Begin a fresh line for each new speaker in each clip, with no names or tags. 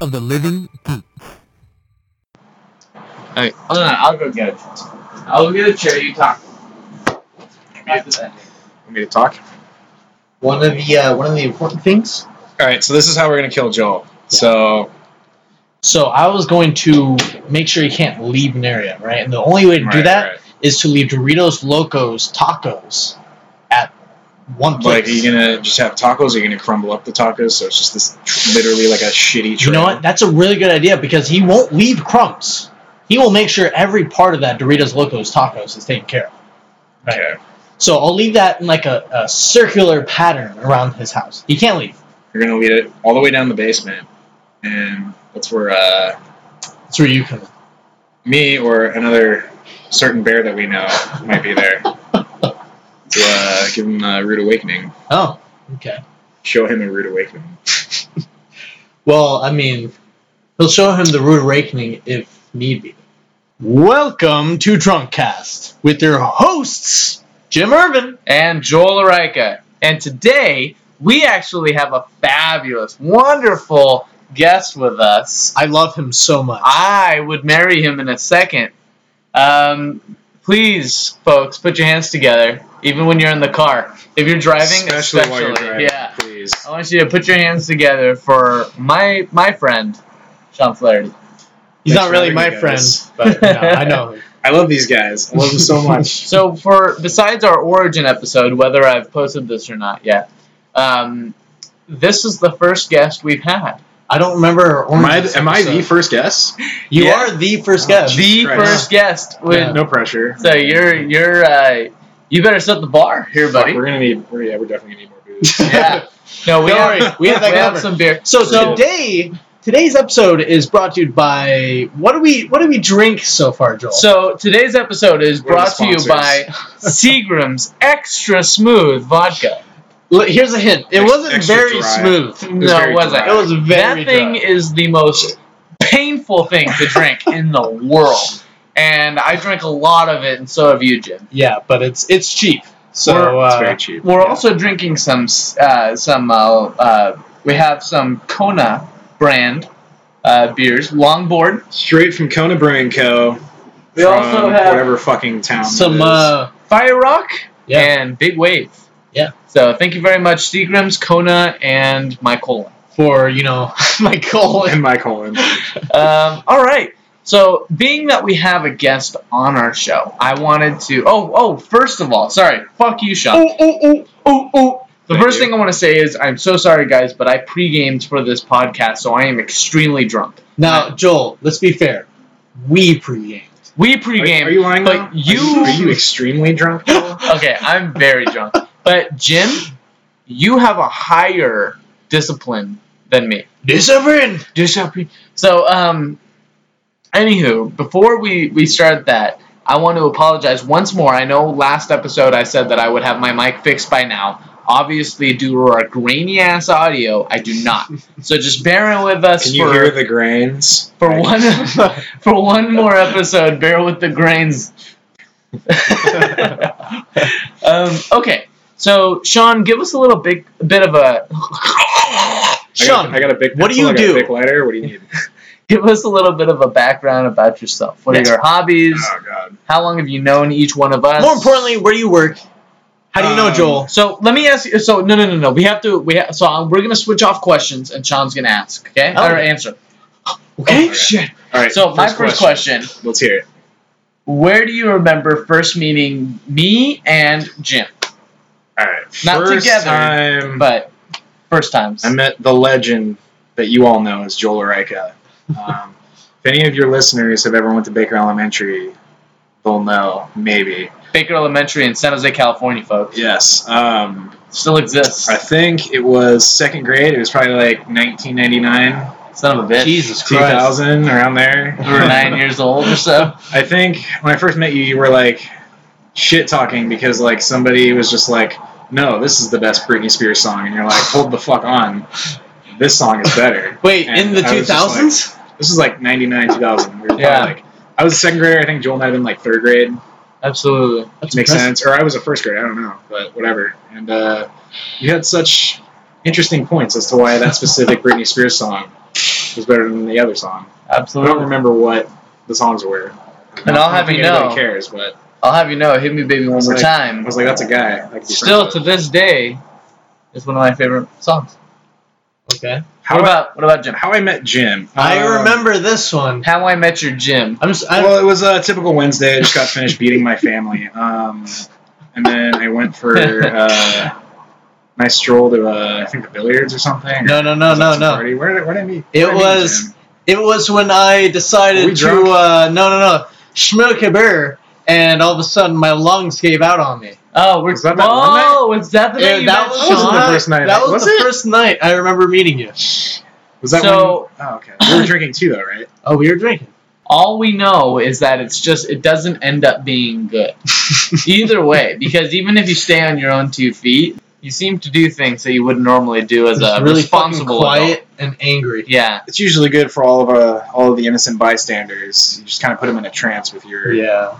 of the living
Alright, hold on, I'll go get it. I'll get a chair, you talk. After that.
Want me to talk?
One of the uh, one of the important things.
All right, so this is how we're gonna kill Joel. So
So I was going to make sure he can't leave an area, right? And the only way to do
right,
that is
right.
to leave Doritos Locos Tacos at one place.
like, are you gonna just have tacos? Are you gonna crumble up the tacos? So it's just this tr- literally like a shitty.
You know
trail.
what? That's a really good idea because he won't leave crumbs. He will make sure every part of that Doritos Locos Tacos is taken care of. Right.
Okay,
So I'll leave that in like a, a circular pattern around his house. He can't leave.
you're gonna lead it all the way down the basement, and that's where uh,
That's where you come in.
me or another certain bear that we know might be there to uh, give him a rude awakening.
Oh, okay.
Show him a rude awakening.
Well, I mean, he'll show him the rude awakening if need be. Welcome to Drunkcast with your hosts, Jim Irvin.
And Joel Arica. And today, we actually have a fabulous, wonderful guest with us.
I love him so much.
I would marry him in a second. Um, please, folks, put your hands together, even when you're in the car. If you're driving, especially,
while you're driving,
yeah.
please.
I want you to put your hands together for my my friend, Sean Flaherty.
He's
Thanks
not
for
really
having
my
me,
friend,
guys.
but no, I know. him.
I love these guys. I love them so much.
So for besides our origin episode, whether I've posted this or not yet, um, this is the first guest we've had.
I don't remember.
am
Orange
I,
this
am I the
episode.
first Oh, guest?
You
Yeah.
are the first guest.
the
Christ.
first guest. With,
Yeah.
No pressure.
So you're you're uh, you better set the bar here,
Fuck,
buddy.
We're gonna need. We're, yeah, we're definitely gonna need more booze.
Yeah. No, we
Don't
have,
worry, we have that covered.
some beer.
So
So-
today, today's episode is brought to you by what do we what do we drink so far, Joel?
So today's episode is
What are
brought
the
to you by Seagram's Extra Smooth Vodka.
Look, here's a hint. It
Ex-
wasn't
extra
very
dry.
smooth.
No,
was very
it wasn't.
dry.
It was very
that thing
dry.
is the most painful thing to drink in the world. And I drink a lot of it, and so have you, Jim.
yeah, but it's it's cheap. So
We're-
It's
uh,
very cheap.
We're
Yeah.
also drinking some, uh, some. Uh, uh, we have some Kona brand uh, beers, Longboard.
straight from Kona Brewing Co.
We
from
also have
whatever fucking town.
some
that is.
uh,
Fire Rock
Yeah.
and Big Wave.
Yeah.
So thank you very much, Seagrams, Kona, and my colon.
for you know my goal.
and my colon.
Um, all right. So being that we have a guest on our show, I wanted to. Oh, oh. First of all, sorry. Fuck you, Sean.
Oh oh oh oh oh.
The
Thank
first
you.
thing I want to say is I'm so sorry, guys, but I pre-gamed for this podcast, so I am extremely drunk.
Now, Joel, let's be fair. We pre-gamed.
We
Are,
pre-gamed.
are you lying?
But
though? Are
you-
are you extremely drunk? Joel?
okay, I'm very drunk. But Jim, you have a higher discipline than me.
Discipline.
Discipline. So, um, anywho, before we we start that, I want to apologize once more. I know last episode I said that I would have my mic fixed by now. Obviously, due to our grainy ass audio, I do not. So just bear with us
Can you
for
hear the grains?
for
Like,
one Um, for one more episode. Bear with the grains. um, okay, so Sean, give us a little big bit of a
I got,
Sean,
I got a big.
what do
pencil,
you
I got a
do?
Big lighter. What do you need?
give us a little bit of a background about yourself. What
Yes.
are your hobbies?
Oh God.
How long have you known each one of us?
More importantly, where do you work? How do you know
Um,
Joel?
so let me ask you. So no, no, no, no. We have to. We ha- so um, we're gonna switch off questions, and Sean's gonna ask. Okay,
Oh.
or answer.
Okay.
shit.
All right.
So my first question.
Let's hear it.
Where do you remember first meeting me and Jim?
All right.
Not
first
together,
Time,
But first times.
I met the legend that you all know as Joel Oreika. Um, if any of your listeners have ever went to Baker Elementary, they'll know. Maybe
Baker Elementary in San Jose, California, folks.
yes. Um,
Still exists.
I think it was second grade. It was probably like 1999,
Son of a bitch.
Jesus Christ.
2000, around there.
You were nine years old or so.
I think when I first met you, you were like shit talking because like somebody was just like, "No, this is the best Britney Spears song," and you're like, "Hold the fuck on, this song is better."
Wait,
And
in the
I was just
2000s?
This is like 99, 2000. We were
Yeah.
yeah. Like, I was a second grader. I think Joel and I had been like third grade.
Absolutely.
That's
makes
impressive.
sense. Or I was a first grade. I don't know, but whatever. And uh, you had such interesting points as to why that specific Britney Spears song It was better than the other song. I don't
Absolutely.
remember what the songs were.
And I'll have
I don't
you
think anybody
know.
cares, but
I'll have you know, hit me baby one
It's
more
like- I
time.
was like, that's a guy. I could be
Still
friends
to
with.
this day, is one of my favorite songs.
Okay.
how
what
I-
about what about Jim?
how I met Jim.
I
Um,
remember this one.
How I Met Your Jim.
I'm. s- I,
Well, it was a typical Wednesday. I just got finished beating my family, um, and then I went for uh, my stroll to uh, I think the billiards or something.
no, no, no,
Was that
no,
some
no.
Party. Where did, where did I meet?
It
where did I meet
was-
Jim?
It was when I decided
Are we
to.
drunk?
Uh, no, no, no. Schmoke a beer, and all of a sudden my lungs gave out on me.
Oh, we're
Was that that one night?
oh, is that the
Yeah,
night you
that
met
was
That wasn't
Sean?
the
I-
first night,
That was,
was
the
it?
first night I remember meeting you.
Was that
So-
when? Oh, okay. We were drinking too, though, right?
Oh, we were drinking.
All we know is that it's just it doesn't end up being good either way because even if you stay on your own two feet, you seem to do things that you wouldn't normally do as
Just
a
really fucking
uh, responsible
quiet
adult.
and angry.
Yeah,
It's usually good for all of uh, all of the innocent bystanders. You just kind of put them in a trance with your.
Yeah.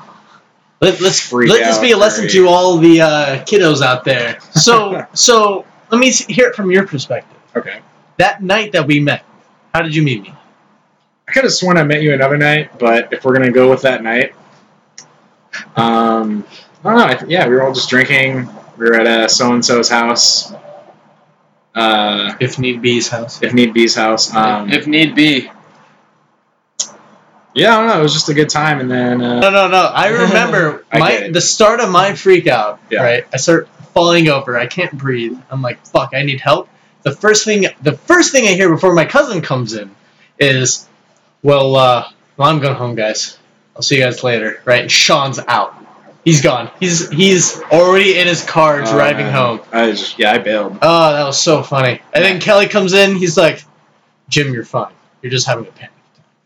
Let, let's
Freak
let this
out
be a lesson
very-
to all the uh, kiddos out there. So so let me s- hear it from your perspective.
Okay.
That night that we met, how did you meet me?
I could have sworn I met you another night, but if we're gonna go with that night, um, I don't know. I th- yeah, we were all just drinking. We were at uh so and so's house, uh,
If need be's house.
if need be's house. Um,
if need be.
yeah, I don't know. It was just a good time, and then uh,
No, no, no. I remember
I
my
get it.
the start of my freak out,
Yeah.
right? I start falling over. I can't breathe. I'm like, fuck, I need help. The first thing the first thing I hear before my cousin comes in is, well, uh, well, I'm going home, guys. I'll see you guys later, right? And Sean's out. He's gone. He's he's already in his car driving
uh,
home.
I just, yeah, I bailed.
Oh, that was so funny. And then Kelly comes in. He's like, Jim, you're fine. You're just having a panic.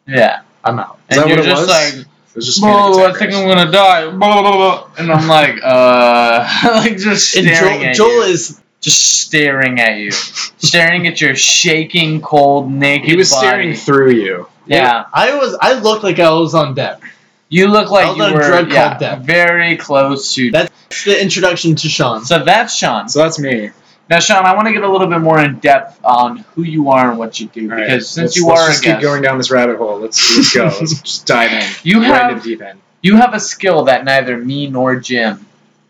Yeah,
I'm out.
Is
and
that
you're
what it
just
was?
like,
It was just a panic
whoa, I
attack,
think
right?
I'm gonna die, blah, blah, blah. and I'm like, uh, like just
And
staring
Joel,
at
Joel
you.
is
just staring at you, staring at your shaking, cold, naked.
He was
body.
staring through you.
Yeah,
I was. I looked like I was on deck.
you look
I
like
was
you
on a
were
drug called
yeah,
death.
very close to.
That- It's the introduction to Sean.
so that's Sean.
So that's me.
Now, Sean, I want to get a little bit more in depth on who you are and what you do
All
because
right,
since
let's-
you
let's
are a
just keep
guest,
going down this rabbit hole. Let's let's go. let's just dive in.
You
right
have-
in deep end.
you have a skill that neither me nor Jim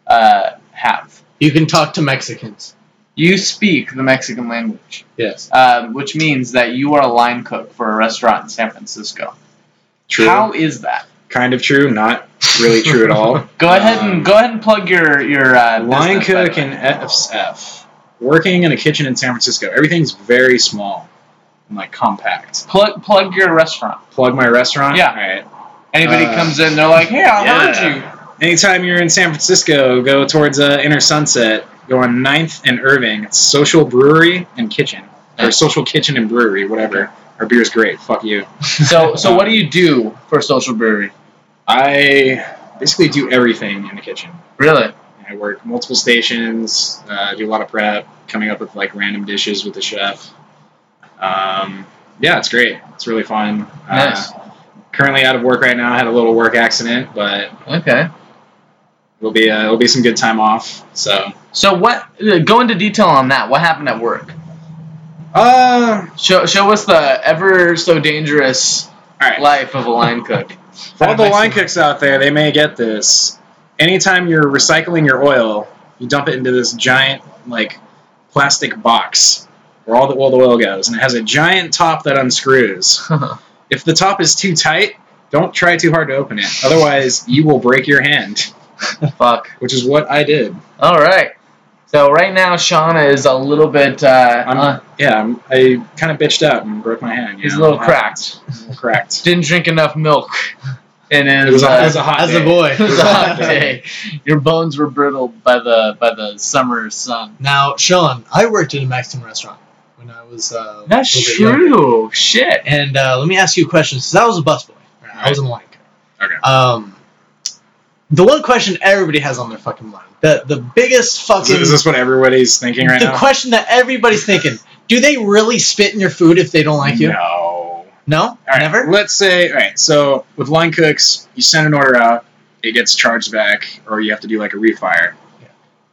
uh, have.
You can talk to Mexicans.
You speak the Mexican language,
Yes.
um, which means that you are a line cook for a restaurant in San Francisco.
True.
How is that?
Kind of true. Not really true at all.
Go ahead
Um,
and go ahead and plug your your uh,
Line
business, by the
cook
way.
and FSF. Working in a kitchen in San Francisco. Everything's very small and like compact.
plug plug your restaurant.
Plug my restaurant.
Yeah.
All right.
Anybody
Uh,
comes in, they're like, "Hey, I
yeah.
heard you."
Anytime you're in San Francisco, go towards uh, Inner Sunset. Go on 9th and Irving. It's Social Brewery and Kitchen. Or Social Kitchen and Brewery, whatever. Our beer's great. Fuck you.
So, so what do you do for Social Brewery?
I basically do everything in the kitchen.
Really?
I work multiple stations, uh, do a lot of prep, coming up with like random dishes with the chef. Um, yeah, it's great. It's really fun.
Nice.
Uh, currently out of work right now. I had a little work accident, but
Okay.
it'll be uh, it'll be some good time off. So,
So, what? uh, Go into detail on that. What happened at work?
uh,
Show show us the ever so dangerous
all right.
life of a line cook.
For all the line cooks out there, they may get this. Anytime you're recycling your oil, you dump it into this giant, like, plastic box where all the, all the oil goes, and it has a giant top that unscrews. If the top is too tight, don't try too hard to open it. Otherwise, you will break your hand,
Fuck.
which is what I did.
All right. So right now, Shauna is a little bit. Uh,
I'm,
Uh-huh.
uh,
yeah, I'm, I kind of bitched up and broke my hand. you
he's a
know?
little cracked.
A little cracked.
Didn't drink enough milk. And
It was a-
uh,
it was a hot
As
day.
a boy.
it was a hot day. Your bones were brittled by the by the summer sun.
Now, Sean, I worked in a Mexican restaurant when I was. Uh, a
That's
little bit younger.
true. Shit.
And uh, let me ask you a question, because I was a busboy. Right? I was in the line.
Okay.
Um, the one question everybody has on their fucking mind, the the biggest
Is,
fucking,
is this what everybody's thinking right
the
now?
question that everybody's thinking: Do they really spit in your food if they don't like you?
No.
No,
All right,
never.
Let's say, all right, so with line cooks, you send an order out, it gets charged back, or you have to do like a refire.
Yeah.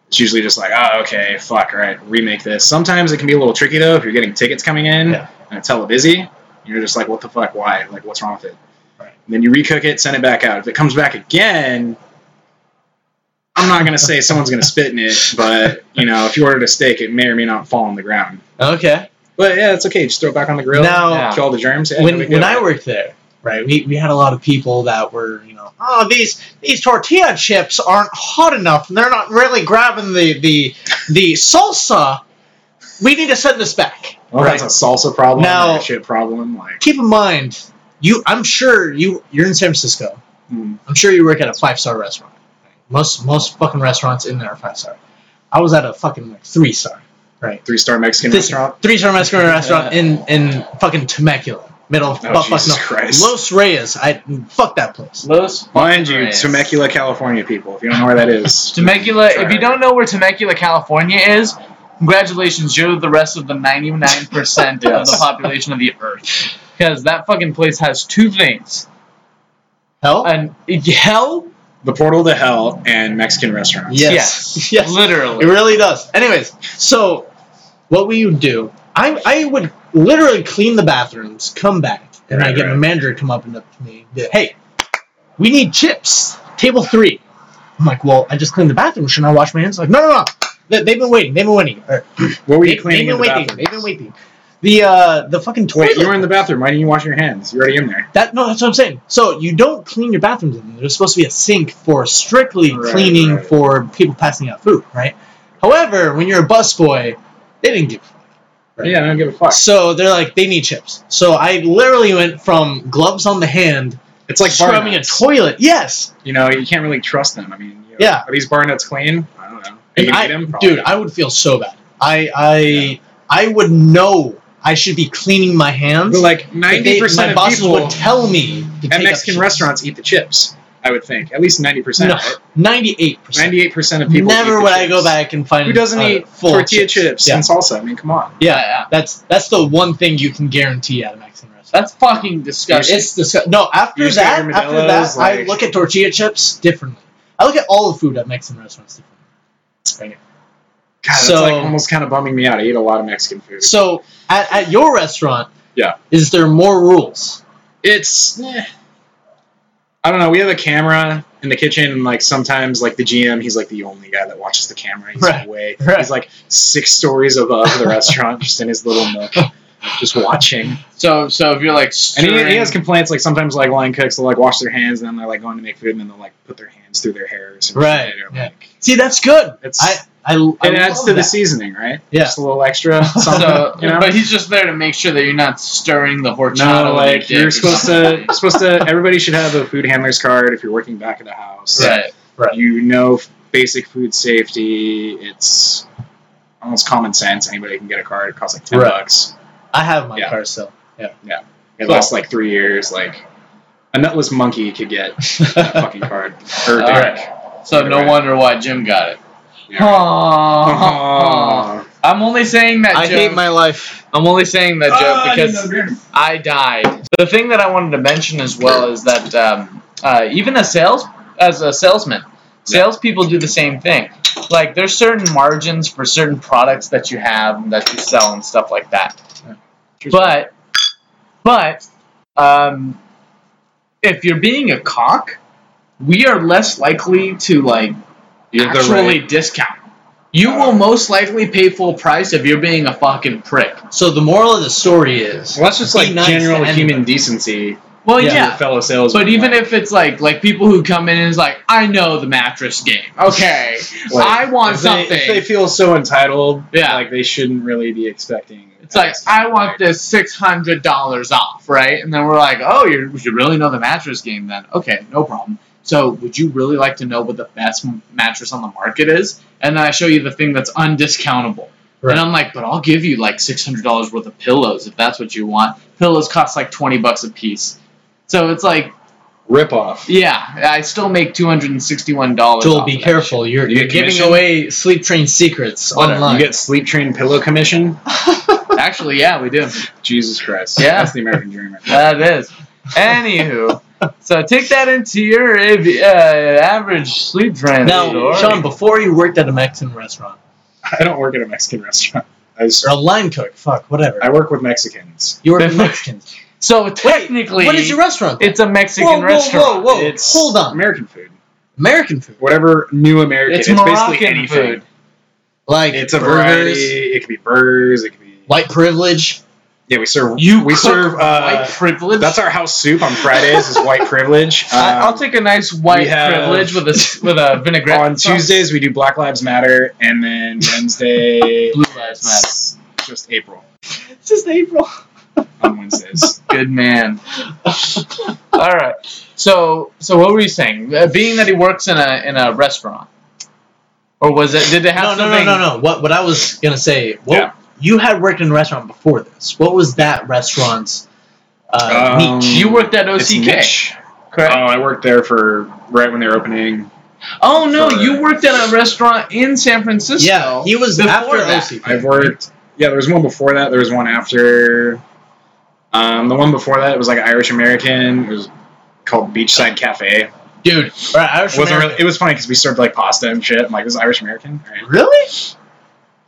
It's usually just like, oh, okay, fuck, all right, remake this. Sometimes it can be a little tricky though if you're getting tickets coming in
Yeah.
and it's hella busy. You're just like, what the fuck? Why? Like, what's wrong with it?
Right.
And then you recook it, send it back out. If it comes back again, I'm not gonna say someone's gonna spit in it, but you know, if you ordered a steak, it may or may not fall on the ground.
Okay.
But yeah, it's okay. Just throw it back on the grill.
Now,
Yeah.
kill all the germs. Yeah, no
when
big
when
deal.
I worked there, right, we, we had a lot of people that were, you know, oh these these tortilla chips aren't hot enough and they're not really grabbing the the the salsa. We need to send this back.
well, Oh, that's a salsa problem,
Now-
or a shit problem. Like,
Keep in mind, you I'm sure you you're in San Francisco.
mm,
I'm sure you work at a five star restaurant. Most most fucking restaurants in there are five star. I was at a fucking like three star.
three star Mexican restaurant.
Three star Mexican restaurant in in fucking Temecula, middle of
Oh,
fuck- fuck
Jesus
no-
Christ.
Los Reyes. I fuck that place.
Los
Mind you,
Reyes.
Temecula, California people. If you don't know where that is,
Temecula.
Sorry.
If you don't know where Temecula, California is, congratulations, you're the rest of the 99% of the
Yes.
population of the earth. Because that fucking place has two things:
Hell.
an hell,
the portal to hell and Mexican restaurants.
Yes. Yes. It
literally.
really does. Anyways, so what we would do, I, I would literally clean the bathrooms, come back, and I
Right,
get my
right.
manager to come up and up to me, and be like, hey, we need chips, table three. I'm like, well, I just cleaned the bathroom. Shouldn't I wash my hands? Like, no, no, no. They- They've been waiting. They've been waiting. Or,
What were
they,
you
have
cleaning in
been
the
waiting.
bathroom?
They've been waiting. The uh, the fucking toilet.
Wait, you were in the bathroom. Why didn't you wash your hands? You're already in there.
That no, that's what I'm saying. So you don't clean your bathrooms. In there. There's supposed to be a sink for strictly
Right,
cleaning
right.
for people passing out food, right? However, when you're a busboy, they didn't give. a fuck. Right.
Yeah, I don't give a fuck.
So they're like, they need chips. So I literally went from gloves on the hand,
It's like bar
scrubbing a
nuts.
toilet. Yes,
You know, you can't really trust them. I mean, you know,
Yeah.
Are these bar nuts clean? I don't know. Are you
And
gonna
I-
eat 'em? Probably
dude,
not.
I would feel so bad. I I
Yeah.
I would know I should be cleaning my hands.
But like
but
ninety
they-
percent
my
of
bosses
people
would tell me to
at
take
Mexican restaurants eat the chips. I would think at least ninety percent.
ninety-eight percent.
Ninety-eight percent of people. eat
Never
the
would
chips.
I go back and find
Who doesn't
uh,
eat
full
tortilla chips,
Yeah.
and salsa? I mean, come on.
yeah,
Yeah.
that's that's the one thing you can guarantee at a Mexican restaurant.
That's fucking disgusting.
it's disgusting. No, after
You see
that,
your
after
Modelo's,
that, I
like-
look at tortilla chips differently. I look at all the food at Mexican restaurants differently.
God, that's
So-
like almost kind of bumming me out. I eat a lot of Mexican food.
So, at, at your restaurant,
Yeah.
is there more rules?
it's eh. I don't know. We have a camera in the kitchen, and like sometimes, like the GM, he's like the only guy that watches the camera. He's
Right,
away.
right.
He's like six stories above the restaurant, just in his little nook, just watching.
so so if you're like
And
stirring,
he, he has complaints like sometimes like line cooks will like wash their hands, and then they're like going to make food, and then they'll like put their hands through their hair or something.
Right, yeah.
Like,
See, that's good.
it's
I I, I
it adds
love
to the
that.
seasoning, right?
Yeah.
Just a little extra. Something,
so,
you know?
but he's just there to make sure that you're not stirring the horchata.
No,
with
like
your
you're
dick or
supposed to,
something.
supposed to. Everybody should have a food handler's card if you're working back at the house.
Right.
You know f- basic food safety. It's almost common sense. Anybody can get a card. It costs like ten
Right.
bucks.
I have my
Yeah.
car still.
It
Cool.
lasts like three years. Like a nutless monkey could get that fucking card. Or
All
Derek.
So no wonder why Jim got it.
Yeah.
Aww.
Ah,
I'm only saying that.
I
joke.
hate my life.
I'm only saying that
Ah,
joke because
because
I, died. The thing that I wanted to mention as well is that um, uh, even as sales as a salesman, salespeople do the same thing. Like there's certain margins for certain products that you have and that you sell and stuff like that. But but um, if you're being a cock, we are less likely to like actually discount. You will most likely pay full price if you're being a fucking prick.
So the moral of the story is
Well, that's just
Be
like
nice to
general
anybody. Oh,
human decency.
Well,
Yeah.
yeah.
to your fellow salesman.
But even
like,
if it's like like people who come in and is like, I know the mattress game. Okay,
Like,
I want
if they,
something.
if they feel so entitled,
Yeah.
like they shouldn't really be expecting.
it's like I want this six hundred dollars off, right? And then we're like, oh, you you really know the mattress game then? Okay, no problem. So would you really like to know what the best m- mattress on the market is? And then I show you the thing that's undiscountable.
Right.
And I'm like, but I'll give you like six hundred dollars worth of pillows if that's what you want. Pillows cost like twenty bucks a piece. So it's like,
rip off.
yeah, I still make two hundred and sixty-one dollars.
Joel, be careful. You're,
You get
you're giving
commission?
away sleep train secrets
You
online.
get sleep train pillow commission.
Actually, yeah, we do.
Jesus Christ.
Yeah.
that's the American dream. right there.
That is. Anywho, so take that into your av- uh, average sleep train.
now,
store.
Sean, before you worked at a Mexican restaurant,
I don't work at a Mexican restaurant. I, just,
or a line cook, fuck, whatever.
I work with Mexicans.
You worked
Before-
with Mexicans.
So technically,
what is your restaurant? then?
it's a Mexican
whoa, whoa,
restaurant.
Whoa, whoa,
It's
Hold on.
American food.
American food.
Whatever new American.
It's
It's,
Moroccan
basically any
food.
food.
Like
It's a variety.
burgers,
It could be burgers. It could be.
white privilege.
Yeah, we serve.
You
we
cook
serve.
white
Uh,
privilege.
that's our house soup on Fridays. is white privilege. Um,
I, I'll take a nice white
we have-
privilege with a s- with a vinaigrette.
on
sauce.
Tuesdays we do Black Lives Matter, and then Wednesday
Blue Lives Matter.
it's just April
It's just April.
on Wednesdays.
Good man. All right. So so what were you saying? Uh, being that he works in a in a restaurant, or was it? Did it
No,
have
no, no,
something?
no, no. What what I was gonna say? What
Yeah.
you had worked in a restaurant before this. What was that restaurant's uh,
Um,
niche?
You worked at OCK,
It's niche. Oh,
correct?
I worked there for right when they were opening.
oh no,
for-
you worked at a restaurant in San Francisco.
Yeah, he was
before
after
that.
OCK.
I've worked. Yeah, there was one before that. There was one after. Um, the one before that it was like Irish American. It was called Beachside Cafe.
dude. All right, Irish
It wasn't really.
American. Mm-hmm.
It was funny because we served like pasta and shit. I'm like, this is Irish American. All right.
really?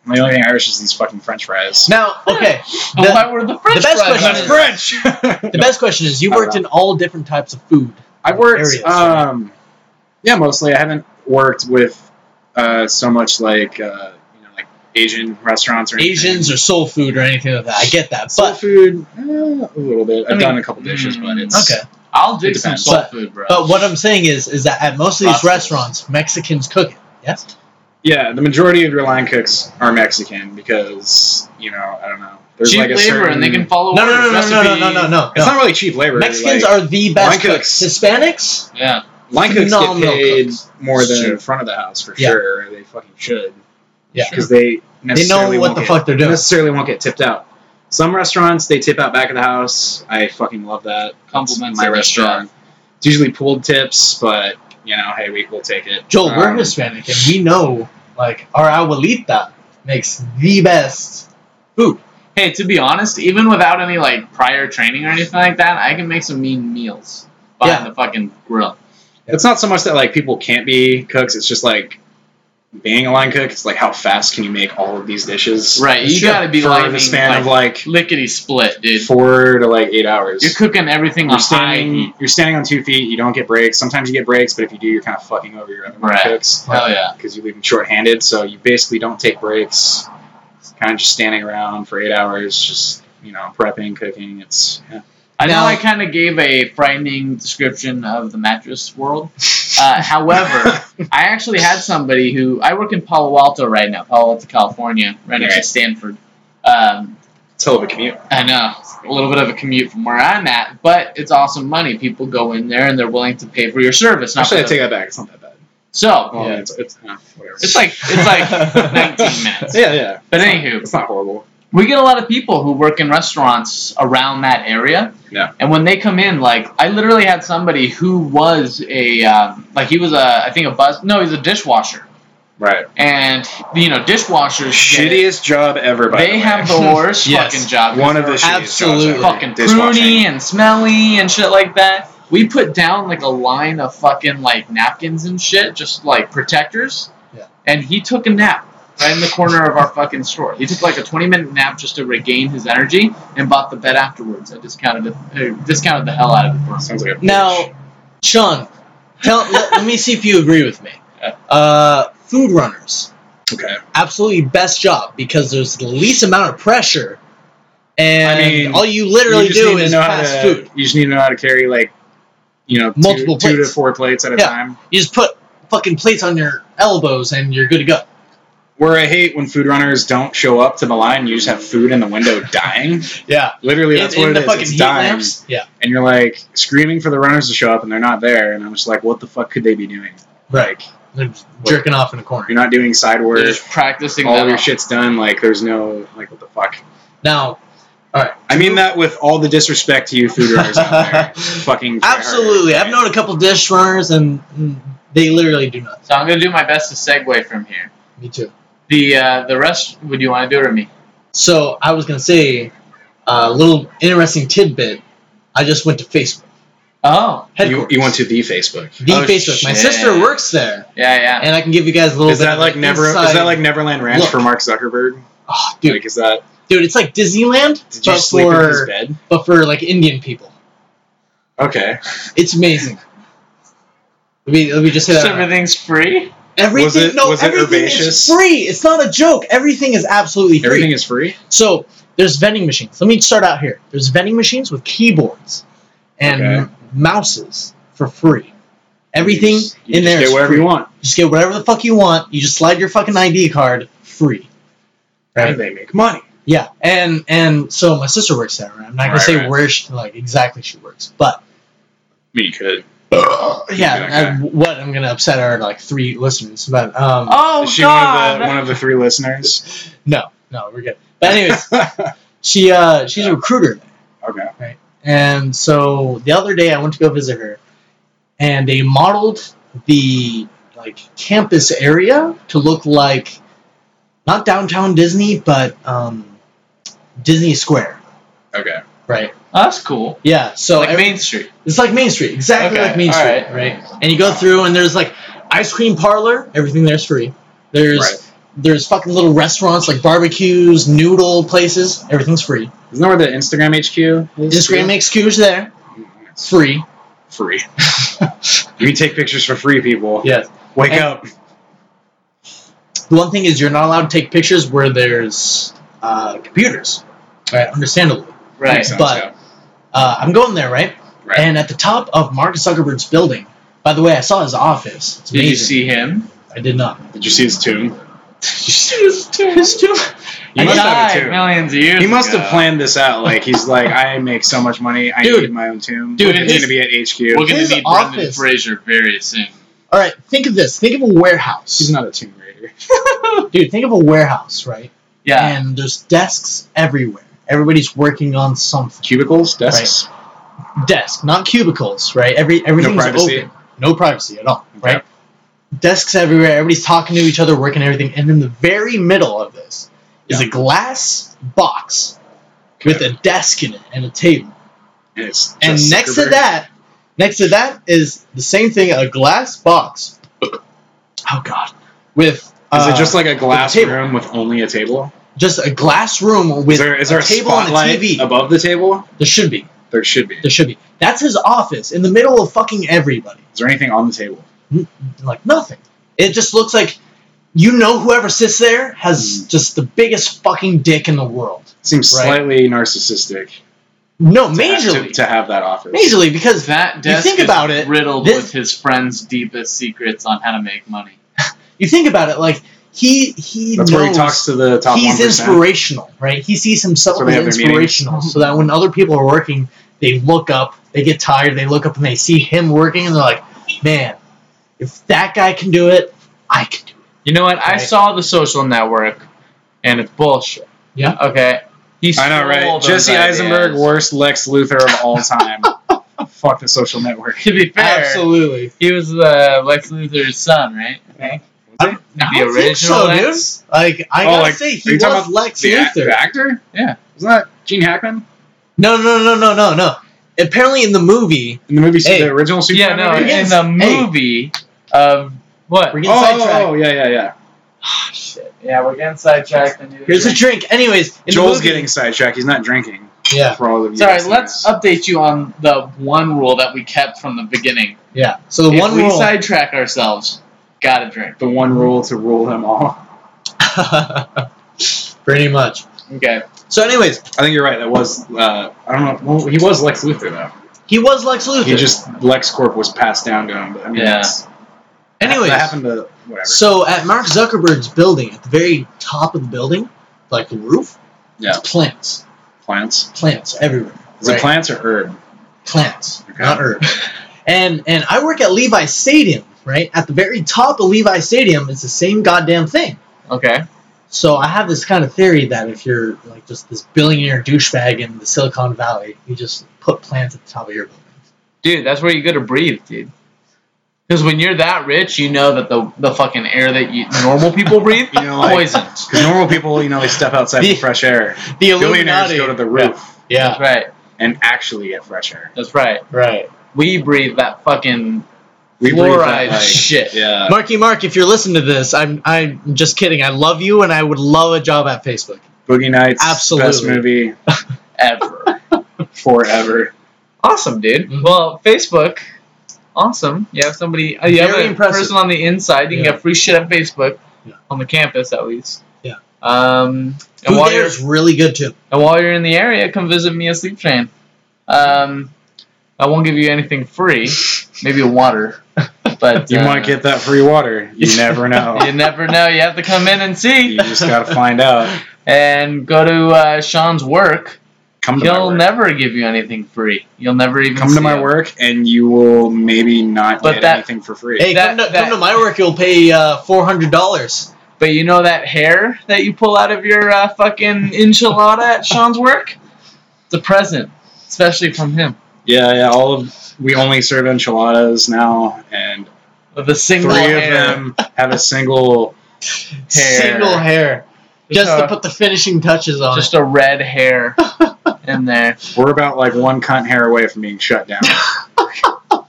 And The only thing Irish is these fucking French fries.
Now, okay.
But
The-
why were the French
best
fries
question
on
is-
there?
French.
The best question is you
I don't
worked
know.
in all different types of food.
I've worked,
Areas, right?
um, yeah, mostly. I haven't worked with uh, so much like uh, you know, like Asian restaurants or anything.
Asians or soul food or anything like that. I get that.
soul
But
food eh, a little bit. I've
I mean,
done a couple dishes,
mm,
but it's
okay.
I'll dig
It
some
depends.
soul
But-
food, bro.
But what I'm saying is is that at most of these
Pasta.
restaurants, Mexicans cook it. Yes?
yeah. The majority of your line cooks are Mexican because you know I don't know. There's
Cheap
like a
labor,
certain,
and they can follow
Oh,
No, no,
orders,
no, no, no, no,
recipe.
no, no, no.
It's not really cheap labor.
Mexicans
like,
are the best
line
cooks.
cooks.
Hispanics?
Yeah,
line cooks get
phenomenal
paid
cooks.
more than
Sure.
front of the house for
Yeah.
sure. They fucking should.
Yeah.
because they
They know
necessarily
what
won't
the
get-
fuck they're doing.
necessarily won't get tipped out. Some restaurants they tip out back of the house. I fucking love that. That's
Compliments
my
of the
restaurant. It's usually pooled tips, but you know, hey, we, we'll take it.
Joel, we're
Um,
Hispanic and we know like our abuelita makes the best food.
Hey, to be honest, even without any like prior training or anything like that, I can make some mean meals behind
Yeah.
the fucking grill.
It's not so much that like people can't be cooks. It's just like being a line cook. It's like how fast can you make all of these dishes?
Right, you
Sure.
gotta be
for
like
the span
like,
of like
lickety split, dude.
four to like eight hours.
You're cooking everything on
You're
high
standing.
heat.
You're standing on two feet. You don't get breaks. Sometimes you get breaks, but if you do, you're kind of fucking over your other line
Right.
cooks.
Hell yeah.
because you leave them shorthanded. So you basically don't take breaks. It's kind of just standing around for eight hours, just you know, prepping, cooking. It's yeah.
I know
Now-
I kind of gave a frightening description of the mattress world. Uh, however, I actually had somebody who I work in Palo Alto right now, Palo Alto, California, right next to
Right.
Stanford. Um,
it's hell of a commute.
I know. It's uh, A little bit of a commute from where I'm at, but it's awesome money. People go in there and they're willing to pay for your service. Not
Actually, I
for the-
take that back. It's not that bad.
so
Well,
Yeah.
it's, it's uh, whatever.
Oh. it's like it's like 19 minutes.
yeah, yeah.
But
It's not-
anywho.
it's not horrible.
we get a lot of people who work in restaurants around that area.
Yeah.
And when they come in, like I literally had somebody who was a um, like he was a I think a bus no he's a dishwasher
Right.
and you know dishwashers get-
Shittiest job ever. By
they
the way.
have the worst
Yes.
fucking job. 'cause
one of the
they're
shittiest
Absolutely.
jobs ever.
fucking
Dishwashing.
pruny and smelly and shit like that. We put down like a line of fucking like napkins and shit, just like protectors.
Yeah.
And he took a nap right in the corner of our fucking store. He took like a twenty minute nap just to regain his energy and bought the bed afterwards. I discounted it, uh, discounted the hell out of it for him.
Sounds like a bitch.
Now, Sean, tell let, let me see if you agree with me. Uh, food runners.
Okay.
absolutely best job because there's the least amount of pressure, and
I mean,
all you literally
you just
do
need to
is
know how
fast
to-
food.
You just need to know how to carry like, you know, two-
Multiple
two, to
plates.
four plates at a
Yeah.
time.
You just put fucking plates on your elbows and you're good to go.
Where I hate when food runners don't show up to the line, you just have food in the window dying.
Yeah,
Literally, that's
in,
what
in
it is.
the fucking
It's
heat
dying,
lamps. Yeah,
and you're like screaming for the runners to show up, and they're not there. And I'm just like, what the fuck could they be doing?
right. They're just jerking off in a corner.
You're not doing side
They're
work.
just practicing
All
that
of your
off.
shit's done. Like, there's no like, what the fuck?
Now,
I mean that with all the disrespect to you, food runners out there. Fucking try harder.
absolutely, I've known a couple dish runners and mm, they literally do nothing.
So I'm gonna do my best to segue from here.
Me too.
The uh, the rest would you want to do it or me?
So I was gonna say a little interesting tidbit. I just went to Facebook
Oh
You,
headquarters.
you went to the Facebook.
the
Oh,
Facebook. My
shit.
sister works there,
yeah yeah.
and I can give you guys a little
Is
bit.
that
of
like
an
never? Is
inside-
that like Neverland Ranch
Look.
for Mark Zuckerberg?
Oh, dude,
Like, is that
dude, it's like Disneyland,
Did you
but
sleep in his
for-
bed?
but for like Indian people.
Okay.
It's amazing. Let me let me just say
So
that. out loud.
everything's free.
Everything,
Was it-
no,
was it
everything is
herbaceous?
free. It's not a joke. Everything is absolutely free.
Everything is free.
So there's vending machines. Let me start out here. There's vending machines with keyboards and
Okay.
m- mouses for free. Everything
You just- you
in
just
there
Get
is
whatever
free.
you want.
Just get whatever the fuck you want. You just slide your fucking ID card. Free. Right.
And they make money.
Yeah, and and so my sister works there. Right? I'm not gonna
Right,
say
right.
where she, like exactly she works, but
I mean, you could.
yeah,
okay.
and what I'm gonna upset our like three listeners, but um,
Oh
Is she
God!
one of the one of the three listeners?
no, no, we're good. But anyways,
okay.
she uh she's a recruiter And so the other day I went to go visit her, and they modeled the like campus area to look like not downtown Disney, but um, Disney Square,
Okay.
right?
oh, that's cool.
Yeah. So
like
every-
Main Street.
it's like Main Street, exactly
Okay,
like Main
all
Street,
right.
right? And you go through, and there's like ice cream parlor. Everything there's free. There's
Right.
there's fucking little restaurants like barbecues, noodle places. Everything's free.
Isn't that where the Instagram HQ is?
Instagram makes cues there. It's free.
free. you can take pictures for free, people.
Yes.
Wake
And-
up.
The one thing is you're not allowed to take pictures where there's uh, computers. Right, understandably.
Right.
Makes sense,
but-
yeah.
Uh, I'm going there, right?
Right.
And at the top of Mark Zuckerberg's building, by the way, I saw his office. It's
Did
amazing.
you see him?
I did not.
Did you see his tomb?
His tomb. His tomb.
He
I
must have a
died.
Died
tomb.
Millions of years.
He must
ago.
have planned this out. Like he's like, I make so much money, I
Dude.
need my own tomb.
Dude,
it's
his-
gonna be at HQ.
We're gonna
His
need Brendan
office.
Fraser very soon.
All right, think of this. Think of a warehouse.
He's not a tomb raider.
Dude, think of a warehouse, right?
Yeah.
And there's desks everywhere. Everybody's working on something.
Cubicles, desks.
Desk, not cubicles, right? Every everything's
privacy.
open. No privacy at all,
Okay.
right? Desks everywhere. Everybody's talking to each other, working everything. And in the very middle of this is
Yeah.
a glass box with a desk in it and a table.
And, it's
And
just
next to
Zuckerberg.
that, next to that is the same thing, a glass box. Oh God, with
Is
uh,
it just like a glass
table.
room with only a table?
just a glass room with
Is there is there
a
a,
table and a
spotlight
TV?
above the table?
there should be.
There should be.
There should be. That's his office in the middle of fucking everybody.
Is there anything on the table?
Like nothing. It just looks like you know whoever sits there
Hmm.
has just the biggest fucking dick in the world.
Seems
Right.
slightly narcissistic.
No,
to have- to-
majorly.
to, have that office.
majorly because
That desk
think
is
about it,
riddled
this-
with his friend's deepest secrets on how to make money.
you think about it like he he
That's
knows
where he talks to the top
he's
one percent.
inspirational, right? He sees himself
That's where
as
they have their
inspirational, so that when other people are working, they look up, they get tired, they look up and they see him working, and they're like, "Man, if that guy can do it, I can do it."
You know what? I
Right.
saw the social network, and it's bullshit.
Yeah.
Okay. He
I know,
stole
right?
those
Jesse Eisenberg,
ideas.
worst Lex Luthor of all time. Fuck the social network.
To be fair,
Absolutely.
he was the Lex Luthor's son, right?
Was it?
The
I don't think
original
so, dude.
Lex?
Like I
Oh,
gotta
like,
say,
are
he
you
was
talking about
Lex
The, act-
Luthor.
the actor?
Yeah.
Wasn't that Gene Hackman?
No, no, no, no, no, no. Apparently, in the movie,
In the movie,
Hey.
the original Superman
Yeah, no,
movie?
Yes.
in the
Hey.
movie of what?
We're getting
Oh,
sidetracked.
oh, yeah, yeah, yeah.
Ah, shit. Yeah, we're getting sidetracked. and
Here's a drink. Anyways, in the
Joel's
movie-
getting sidetracked. He's not drinking.
yeah,
For all of you
Sorry,
listening
let's
to
update you on the one rule that we kept from the beginning.
yeah. So the
if
one
we
rule.
sidetrack ourselves, gotta drink.
this. the one rule to rule them all.
pretty much.
Okay.
So, anyways,
I think you're right. That was uh, I don't know. Well, he was Lex Luthor though.
he was Lex Luthor.
He just LexCorp was passed down to him. But, I mean,
Yeah.
that's- that-
Anyways,
that happened to whatever.
So at Mark Zuckerberg's building, at the very top of the building, like the roof,
Yeah.
it's plants.
Plants.
Plants everywhere.
Is it
right?
plants or herb?
Plants,
Okay.
not herbs. and and I work at Levi Stadium, right? At the very top of Levi Stadium, it's the same goddamn thing.
Okay.
So I have this kind of theory that if you're like just this billionaire douchebag in the Silicon Valley, you just put plants at the top of your building.
Dude, that's where you go to breathe, dude. Because when you're that rich, you know that the, the fucking air that you, normal people breathe,
You know, like-
poisoned.
Because normal people, you know, they step outside
The-
for fresh air.
The
Billionaires
Illuminati.
go to the roof
yeah,
That's right.
and actually get fresh air.
That's right.
right.
We breathe that fucking
We breathe
fluoride
that, like-
shit.
Yeah.
Marky Mark, if you're listening to this, I'm I'm just kidding. I love you, and I would love a job at Facebook.
Boogie Nights, best
Absolutely.
movie
ever.
forever.
Awesome, dude.
Mhm.
Well, Facebook, awesome. You have somebody, uh, you have
Very
a
impressive.
person on the inside. You
Yeah.
can get free shit on Facebook,
Yeah.
on the campus at least.
Yeah.
Um, and
Who
while
there
you're
is really good too.
and while you're in the area, come visit me at Sleep Train. Um, I won't give you anything free, maybe water, but
You
uh,
might get that free water. You never know.
You never know. You have to come in and see,
You just gotta find out.
and go to uh, Sean's work.
Come to my
He'll
work.
never give you anything free. You'll never even
Come to
see
my
him.
work, and you will maybe not
But
get
that-
anything for free.
Hey,
That-
come, to,
that-
come to my work. You'll pay uh, four hundred dollars.
But you know that hair that you pull out of your uh, fucking enchilada at Sean's work? It's a present, especially from him.
Yeah, yeah. All of we only serve enchiladas now, and
With a
three
single
of
hair.
them have a single.
Single hair,
Just,
just to
a,
put the finishing touches on.
uh, just a red hair in there.
We're about like one cunt hair away from being shut down.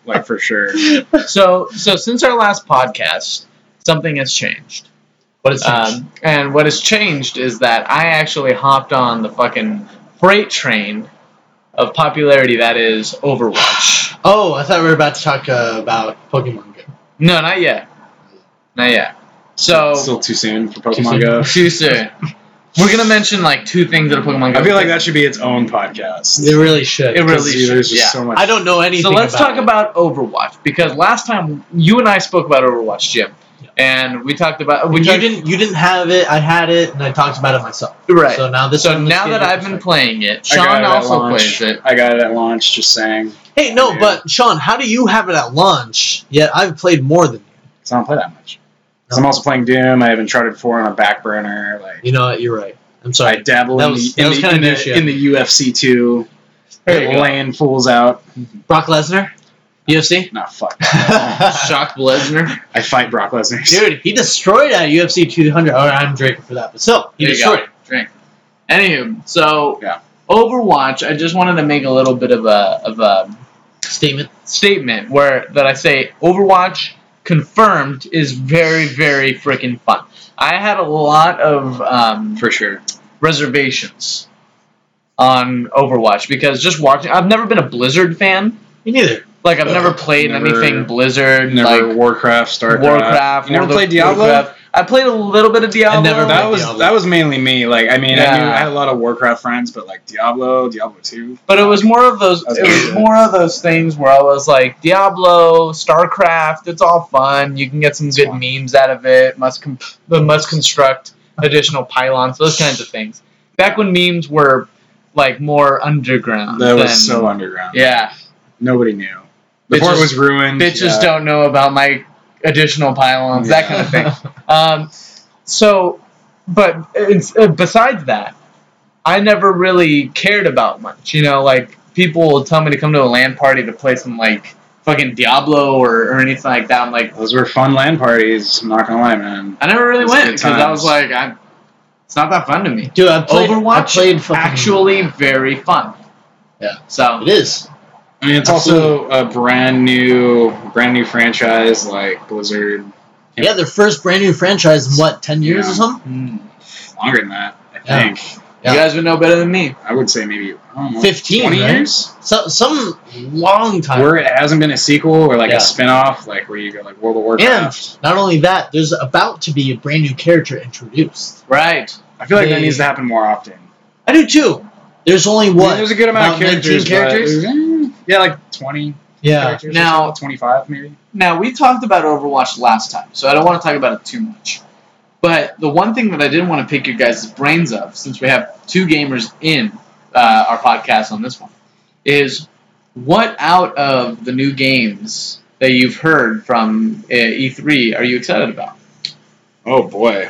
like for sure.
it.
So, so since our last podcast, something has changed.
What is um,
Um, and what has changed is that I actually hopped on the fucking freight train of popularity that is Overwatch.
Oh, I thought we were about to talk uh, about Pokemon Go.
No, not yet. Not yet. So
Still too soon for
Too soon.
Pokemon Go.
too soon. We're gonna mention like two things that are Pokemon Go.
I feel like that should be its own podcast.
They really should.
It really-
'Cause there's just
should, yeah.
so much.
I don't know anything.
So let's
about
talk
it.
about Overwatch because last time you and I spoke about Overwatch, Jim,
Yeah.
and we talked about we
You
talked-
didn't. You didn't have it. I had it, and I talked about it myself.
right.
So
So,
now this. one, let's
now
get
that
your
I've been
perspective.
playing it,
I got
Sean
it at
also
launch.
plays it.
I got it at launch. Just saying,
Hey, no,
Yeah.
but Sean, how do you have it at launch? Yet I've played more than you.
'Cause I don't play that much. 'Cause I'm also playing Doom. I have Uncharted Four on a back burner. Like
You know what? You're right. I'm
I
sorry.
dabble
That
in,
was-
the,
that
in,
was
the,
kinda
in,
new
the,
shit.
in the UFC two.
There you go.
Laying fools out.
Brock Lesnar, UFC.
Nah, fuck.
Shock Lesnar.
I fight Brock Lesnar.
Dude, he destroyed at UFC 200. Or I'm drinking for that, but still, he
There you go.
destroyed.
Drink. Anywho, so
Yeah.
Overwatch, I just wanted to make a little bit of a of a
Statement.
statement where that I say Overwatch confirmed is very very freaking fun. I had a lot of um,
For sure.
reservations on Overwatch because just watching, I've never been a Blizzard fan.
Me neither.
Like I've never
Ugh,
played
never-
anything Blizzard,
Never
like
Warcraft, StarCraft.
Warcraft.
You never
World of
played Diablo?
Warcraft. I played a little bit of Diablo.
never
That
played
was
Diablo.
that was mainly me. Like I mean, I knew
Yeah.
I had a lot of Warcraft friends, but like Diablo, Diablo two.
But it was more of those.
That's
It was
good.
more of those things where I was like, Diablo, Starcraft. It's all fun. You can get some good
fun.
memes out of it. Must com- uh, must construct additional pylons. Those kinds of things. Back when memes were like more underground.
That
than-
was so underground.
Yeah,
Nobody knew. The
Bitches-
fort was ruined.
bitches
Um, yeah.
don't know about my additional pylons. That kind of thing.
thing.
Um, so, but it's, uh, besides that, I never really cared about much. You know, like people will tell me to come to a land party to play some like fucking Diablo or, or anything like that. I'm like,
Those were fun land parties. I'm not gonna lie, man.
I never really
Those
went
good
because I was
times.
like, I, it's not that fun to me.
Dude, I played. I
Overwatch
played fucking,
actually very fun.
Yeah.
So
It is.
I mean, it's also a brand new, brand new franchise like Blizzard.
Yeah. their first brand new franchise in what ten years
Yeah.
or something.
hmm,
Longer than that, I
Yeah.
think.
Yeah.
you guys would know better than me.
I would say maybe I don't know,
15,
20
right?
years.
So some long time.
Where it hasn't been a sequel or like
Yeah.
a spin-off, like where you go like World of Warcraft.
and not only that, there's about to be a brand new character introduced.
Right.
I feel like that
They-
needs to happen more often.
I do too. There's only
I mean,
what
there's a good amount of
about
characters.
19 characters?
but- Mm, yeah, like 20
Yeah.
characters.
Now-
Now 25 maybe.
Now we talked about Overwatch last time, so I don't want to talk about it too much. But the one thing that I did want to pick your guys' brains of, since we have two gamers in uh, our podcast on this one, is what out of the new games that you've heard from uh, E3 are you excited about?
Oh boy.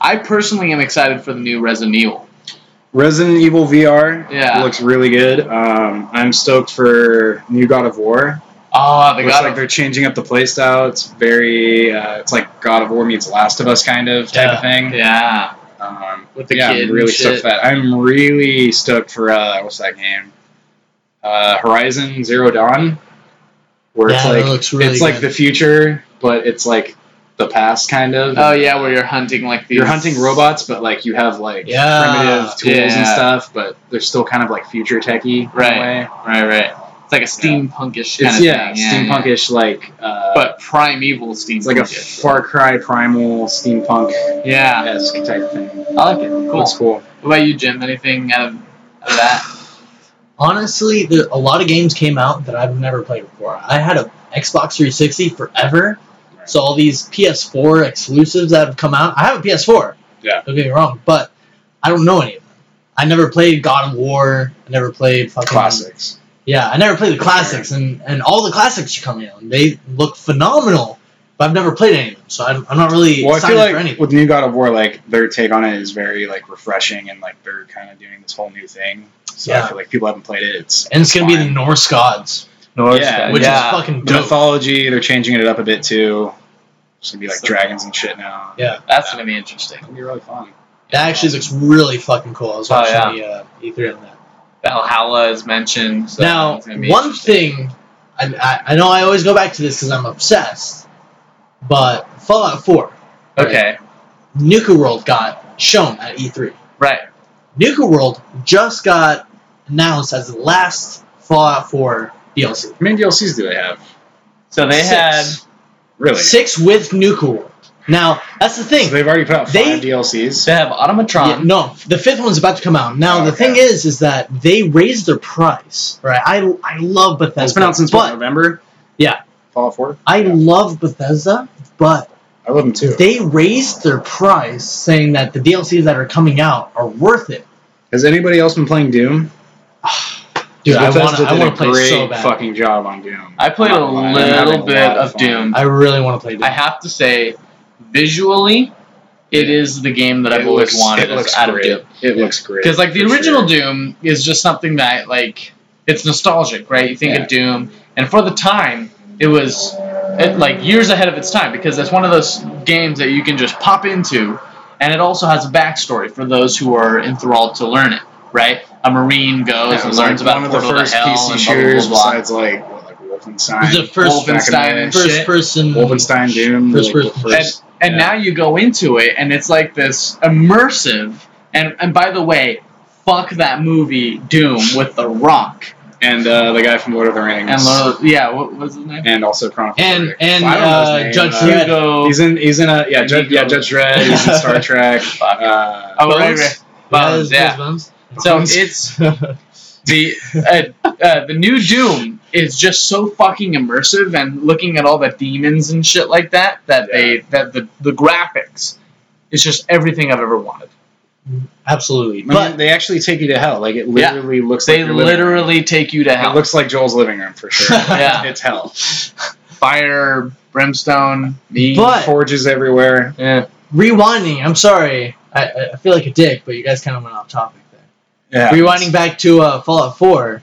I personally am excited for the new Resident Evil.
Resident Evil VR
Yeah.
looks really good. Um, I'm stoked for new God of War.
Oh, the
Looks
God
like
of
they're changing up the playstyle. It's very, uh, it's like God of War meets Last of Us kind of type of thing.
yeah,
Um,
with the
yeah,
kid
I'm really
and
stoked
shit.
for that. I'm really stoked for uh, what's that game? Uh, Horizon Zero Dawn, where
Yeah,
it's
that
like
looks really
it's like
good.
the future, but it's like the past, kind of.
Oh yeah, where you're hunting like these.
You're hunting robots, but like you have like
Yeah.
primitive tools and
Yeah.
stuff, but they're still kind of like future techy in
Right.
a way.
Right, right. It's like a steampunkish kind
It's
of
yeah,
thing. yeah.
steampunkish like uh,
But primeval steampunkish.
it's like a Far Cry primal steampunk
yeah.
esque type thing.
I like it. Cool.
Looks cool.
What about you, Jim? Anything out of, out of that?
Honestly, the, a lot of games came out that I've never played before. I had a Xbox 360 forever, so all these PS4 exclusives that have come out. I have a PS4.
Yeah.
Don't get me wrong, but I don't know any of them. I never played God of War. I never played fucking
Classics.
Yeah, I never played the classics, and, and all the classics are coming out. and They look phenomenal, but I've never played any of them, so I'm, I'm not really
Well, I
excited
feel
for any.
like with New God of War, like their take on it is very like refreshing, and like they're kind of doing this whole new thing. So I
Yeah.
feel like people haven't played it. It's
And it's gonna be the
fine. Uh,
Norse gods,
Yeah,
which
yeah.
is fucking
the
dope.
mythology. They're changing it up a bit too. It's gonna be like
So-
dragons and shit now.
Yeah.
That's gonna be interesting.
it'll be really fun.
That actually looks really fucking cool. I was
Oh,
watching
yeah.
the uh, E3 on that.
Valhalla is mentioned. So
now,
it's gonna be
one
interesting.
thing, I, I, I know I always go back to this because I'm obsessed, but Fallout 4,
Okay.
Nuka World got shown at E3.
Right.
Nuka World just got announced as the last Fallout 4 DLC.
How many DLCs do they have?
So they
Six.
had.
Really?
Six with Nuka World. Now, that's the
So
thing.
they've already put out
They-
five DLCs.
They have
Yeah,
Automatron.
no, the fifth one's about to come out. Now,
Oh,
the
okay.
thing is, is that they raised their price, right? I, I love Bethesda.
It's been out since
but
what, November.
Yeah.
Fallout Four.
I
Yeah.
love Bethesda, but
I love them too.
they raised their price saying that the DLCs that are coming out are worth it.
Has anybody else been playing Doom?
Dude, I want
Bethesda
to I
did
want
a
to play
great
so bad.
Fucking job on Doom.
I played
I'm
a
not gonna lie, I'm having
little
a
bit
lot
of
fun.
Doom.
I really want to play Doom.
I have to say, visually, it is the game that
It
I've always
looks-
wanted
It looks
is out
great.
of Doom.
It looks great.
Because like the
for
original
sure.
Doom is just something that like it's nostalgic, right? You think
Yeah.
of Doom, and for the time, it was it, like years ahead of its time because it's one of those games that you can just pop into, and it also has a backstory for those who are enthralled to learn it, right? A marine goes
Yeah, it
and
was,
learns
like,
about
one of the
Portal
first
to Hell
PC
and blah, blah,
shooters
blah, blah.
besides like what, like Wolfenstein.
the
back
first
in the
Wolfenstein and
day.
first
shit.
person
Wolfenstein Doom.
First
like,
person.
the first-
and
yeah.
now you go into it and it's like this immersive and and by the way fuck that movie doom with the rock
and uh, the guy from Lord of the Rings
and Lo- yeah what was his name
and also Chronicle.
and
Verdict.
and
Well, I don't know
uh,
his name,
Judge
uh,
Dredd.
hugo
He's in. He's in a yeah. Judge, yeah,
Inigo.
Judge Dredd. He's in Star Trek.
Fuck.
uh,
oh right,
Bones?
right.
Yeah,
Bones,
those-
yeah.
those Bones.
so it's the uh, uh, the new doom is just so fucking immersive and looking at all the demons and shit like that that they that the the graphics is just everything i've ever wanted
absolutely.
I mean,
But
they actually take you to hell. Like it literally looks.
they
like your living room.
literally take you to hell
It looks like Joel's living room for sure.
Yeah.
It's hell.
fire brimstone me
But-
Forges everywhere.
yeah
rewinding, I'm sorry, I- I, I feel like a dick, but you guys kind of went off topic there.
Yeah.
Rewinding back to uh, Fallout 4,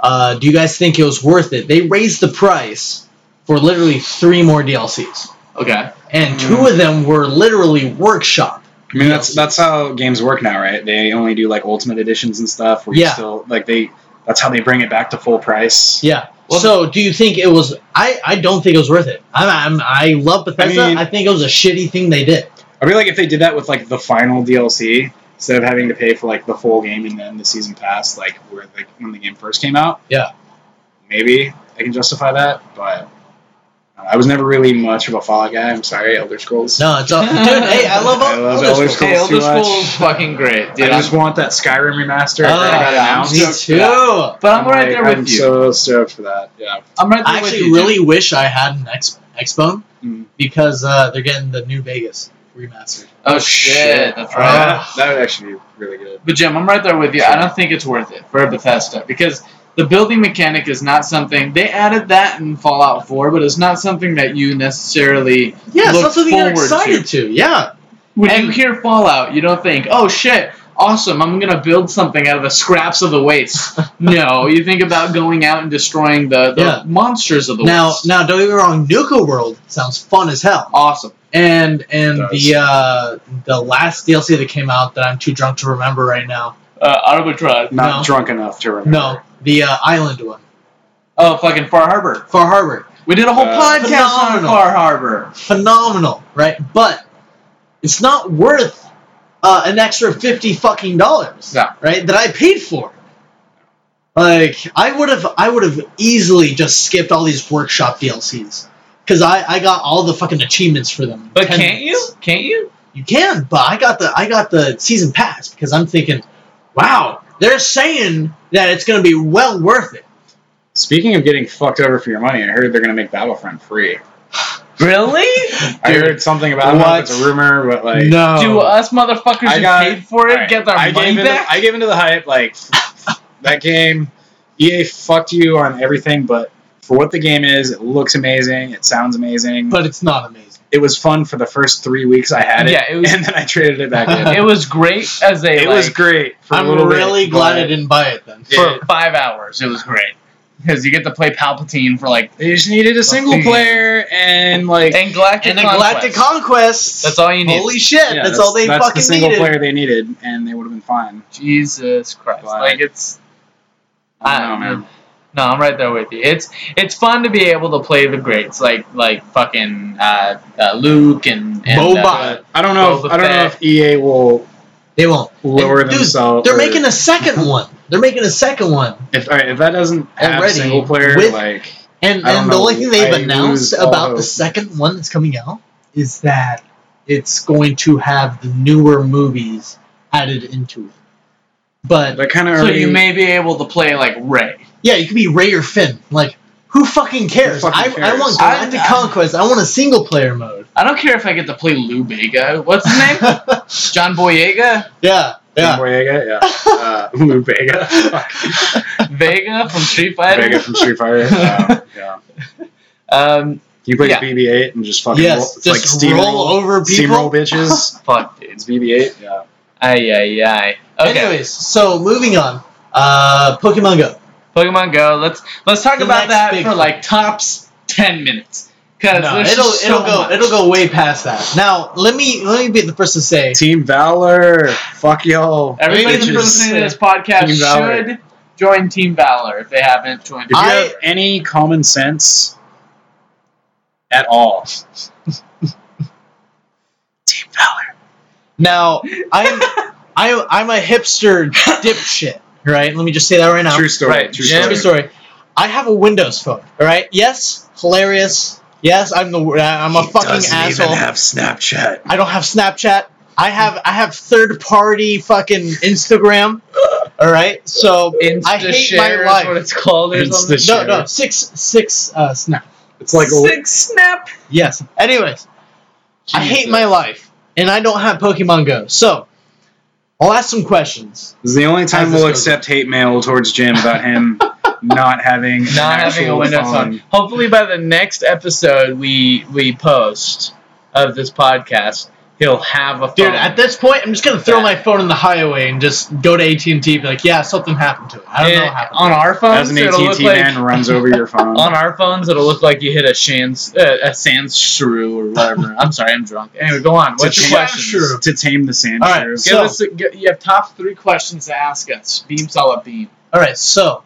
uh, do you guys think it was worth it? They raised the price for literally three more DLCs,
okay
and two of them were literally workshop.
I mean that's that's how games work now, right? They only do like ultimate editions and stuff. Where
Yeah.
You still like they. That's how they bring it back to full price.
Yeah.
Well,
so, do you think it was? I, I don't think it was worth it. I'm, I'm I love Bethesda.
I mean-
I think it was a shitty thing they did.
I feel like if they did that with like the final DLC instead of having to pay for like the full game and then the season pass, like where like when the game first came out.
Yeah.
Maybe I can justify that, but uh, I was never really much of a Fallout guy. I'm sorry, Elder Scrolls.
No, it's all, dude. Hey, I love,
I love
Elder
Elder
Scrolls.
Scrolls.
Hey, Elder
too much.
Scrolls fucking great, dude.
I just want that Skyrim remaster.
Oh,
that got announced.
me
announced.
too.
but I'm right
like,
there with
I'm
you.
so stoked for that. Yeah.
I'm right there
I
with
actually
you.
really wish I had an X Xbone
Mm.
because uh, they're getting the new Vegas remastered.
Jim. Oh shit, that's
Uh,
right.
that, that would actually be really good.
But Jim, I'm right there with you. I don't think it's worth it for Bethesda because the building mechanic is not something they added that in Fallout 4, but it's not something that you necessarily
Yeah,
look
it's not something you're
forward
excited to. Yeah,
when
And-
you hear Fallout, you don't think, "Oh shit, awesome! I'm gonna build something out of the scraps of the waste." no, you think about going out and destroying the, the
Yeah.
monsters of the
now,
waste.
now don't get me wrong. Nuka World sounds fun as hell.
awesome.
And and
It does.
the uh, the last DLC that came out that I'm too drunk to remember right now.
Uh, Arbitron.
Not
No.
drunk enough to remember.
No, the uh, island one,
Oh, fucking Far Harbor.
Far Harbor.
We did a whole
Uh,
podcast on
phenomenal.
Far Harbor.
phenomenal, right? But it's not worth uh, an extra fifty fucking dollars,
No.
right? That I paid for. Like I would have, I would have easily just skipped all these workshop DLCs because I, I got all the fucking achievements for them. in
But
10
can't you?
minutes.
Can't you?
You can, but I got the I got the season pass because I'm thinking, wow, they're saying that it's gonna be well worth it.
Speaking of getting fucked over for your money, I heard they're going to make Battlefront free.
Really?
I
Dude,
heard something about I don't know if
what?
it's a rumor, but like
no,
Do us motherfuckers who paid for it
alright,
get our
I
money
gave in-
back?
I gave into the hype. Like that game, EA fucked you on everything, but for what the game is, it looks amazing. It sounds amazing.
but it's not amazing.
it was fun for the first three weeks I had it.
Yeah, it was-
and then I traded it back in.
it was great as they
It
like,
was great. For a
I'm
little
really
bit,
glad
but
I didn't buy it then.
for
Yeah.
five hours. It was great because you get to play Palpatine for like
They just needed a single
Fucking-
player and like
and Galactic
and a Galactic
Conquest.
Conquest.
That's all you need.
Holy shit!
yeah,
that's, all they
that's
fucking
the single
needed.
player they needed, and they would have been fine.
Jesus Christ!
But-
Like it's
I don't know, man.
No, I'm right there with you. It's it's fun to be able to play the greats like like fucking uh, uh, Luke and, and
Boba.
uh,
I don't know.
Boba
If, I don't know
Fett.
if EA will
They won't.
lower
And, dude,
themselves.
They're
or-
making a second one. They're making a second one,
If, all right, if that doesn't have
Already,
single player,
with-
like
and
I don't
and the
know.
only thing they've
I lose
announced
all
about the
hope.
second one that's coming out is that it's going to have the newer movies added into it. But
that kind of
So you may be able to play like Ray.
yeah, you could be Ray or Finn. Like, who fucking cares?
fucking
I, I
cares?
want
I-
Galactic
I-
Conquest. I want a single player mode.
I don't care if I get to play Lou Bega. What's his name? John Boyega.
yeah, yeah.
Boyega, yeah, uh, Lou Vega, Fuck.
Vega from Street Fighter.
Vega from Street Fighter. Um, yeah,
Um,
you play
Yeah.
BB-8 and just fucking roll,
Yes,
it's
just
like steam
roll over people.
steamroll bitches.
fuck, dude.
It's BB-8. Yeah,
Ay ay ay. Okay.
Anyways, so moving on. Uh, Pokemon Go.
Pokemon Go. Let's let's talk
The next
about that
big
for
thing.
like tops ten minutes. Cause
No,
there's
it'll
just so
it'll go
much.
it'll go way past that. Now let me let me be the first to say
Team Valor. Fuck y'all.
Everybody
Bitches.
that's listening to this
Team Valor.
podcast should join Team Valor if they haven't joined.
If you
I-
have any common sense at all, Team Valor.
now I'm I I'm a hipster dipshit, right? Let me just say that right now.
True story.
Right,
True
Jim-
story.
True story. I have a Windows phone, all right? Yes, hilarious. Yes, I'm the I'm a fucking asshole.
Snapchat.
I don't have Snapchat. I have I have third party fucking Instagram. All right, so I
Insta
hate
share
my
is what
life.
it's called. Or something.
Insta
No,
share.
no, six six uh, snap.
It's like old-
six snap.
Yes. Anyways, I hate
Jesus.
my life, and I don't have Pokemon Go. So, I'll ask some questions.
This is the only time
How's this
we'll
go?
accept hate mail towards Jim about him not having an
Not having a
actual
Windows
phone.
phone. Hopefully, by the next episode we we post of this podcast, he'll have a phone.
Dude, at this point, I'm just gonna throw
Yeah.
my phone in the highway and just go to AT and T. Be like, yeah, something happened to it. I don't know
And
what happened.
on our
As
phones,
an
it'll look
AT&T
like
man runs over your phone.
on our phones it'll look like you hit a shans uh, a sans shrew or whatever. I'm sorry, I'm drunk. Anyway, go on. What's your
change-
question?
Shrew.
To tame the sand
All right,
shrew.
Give
So-
us a, g- you have top three questions to ask us. Beam solid beam.
All right, so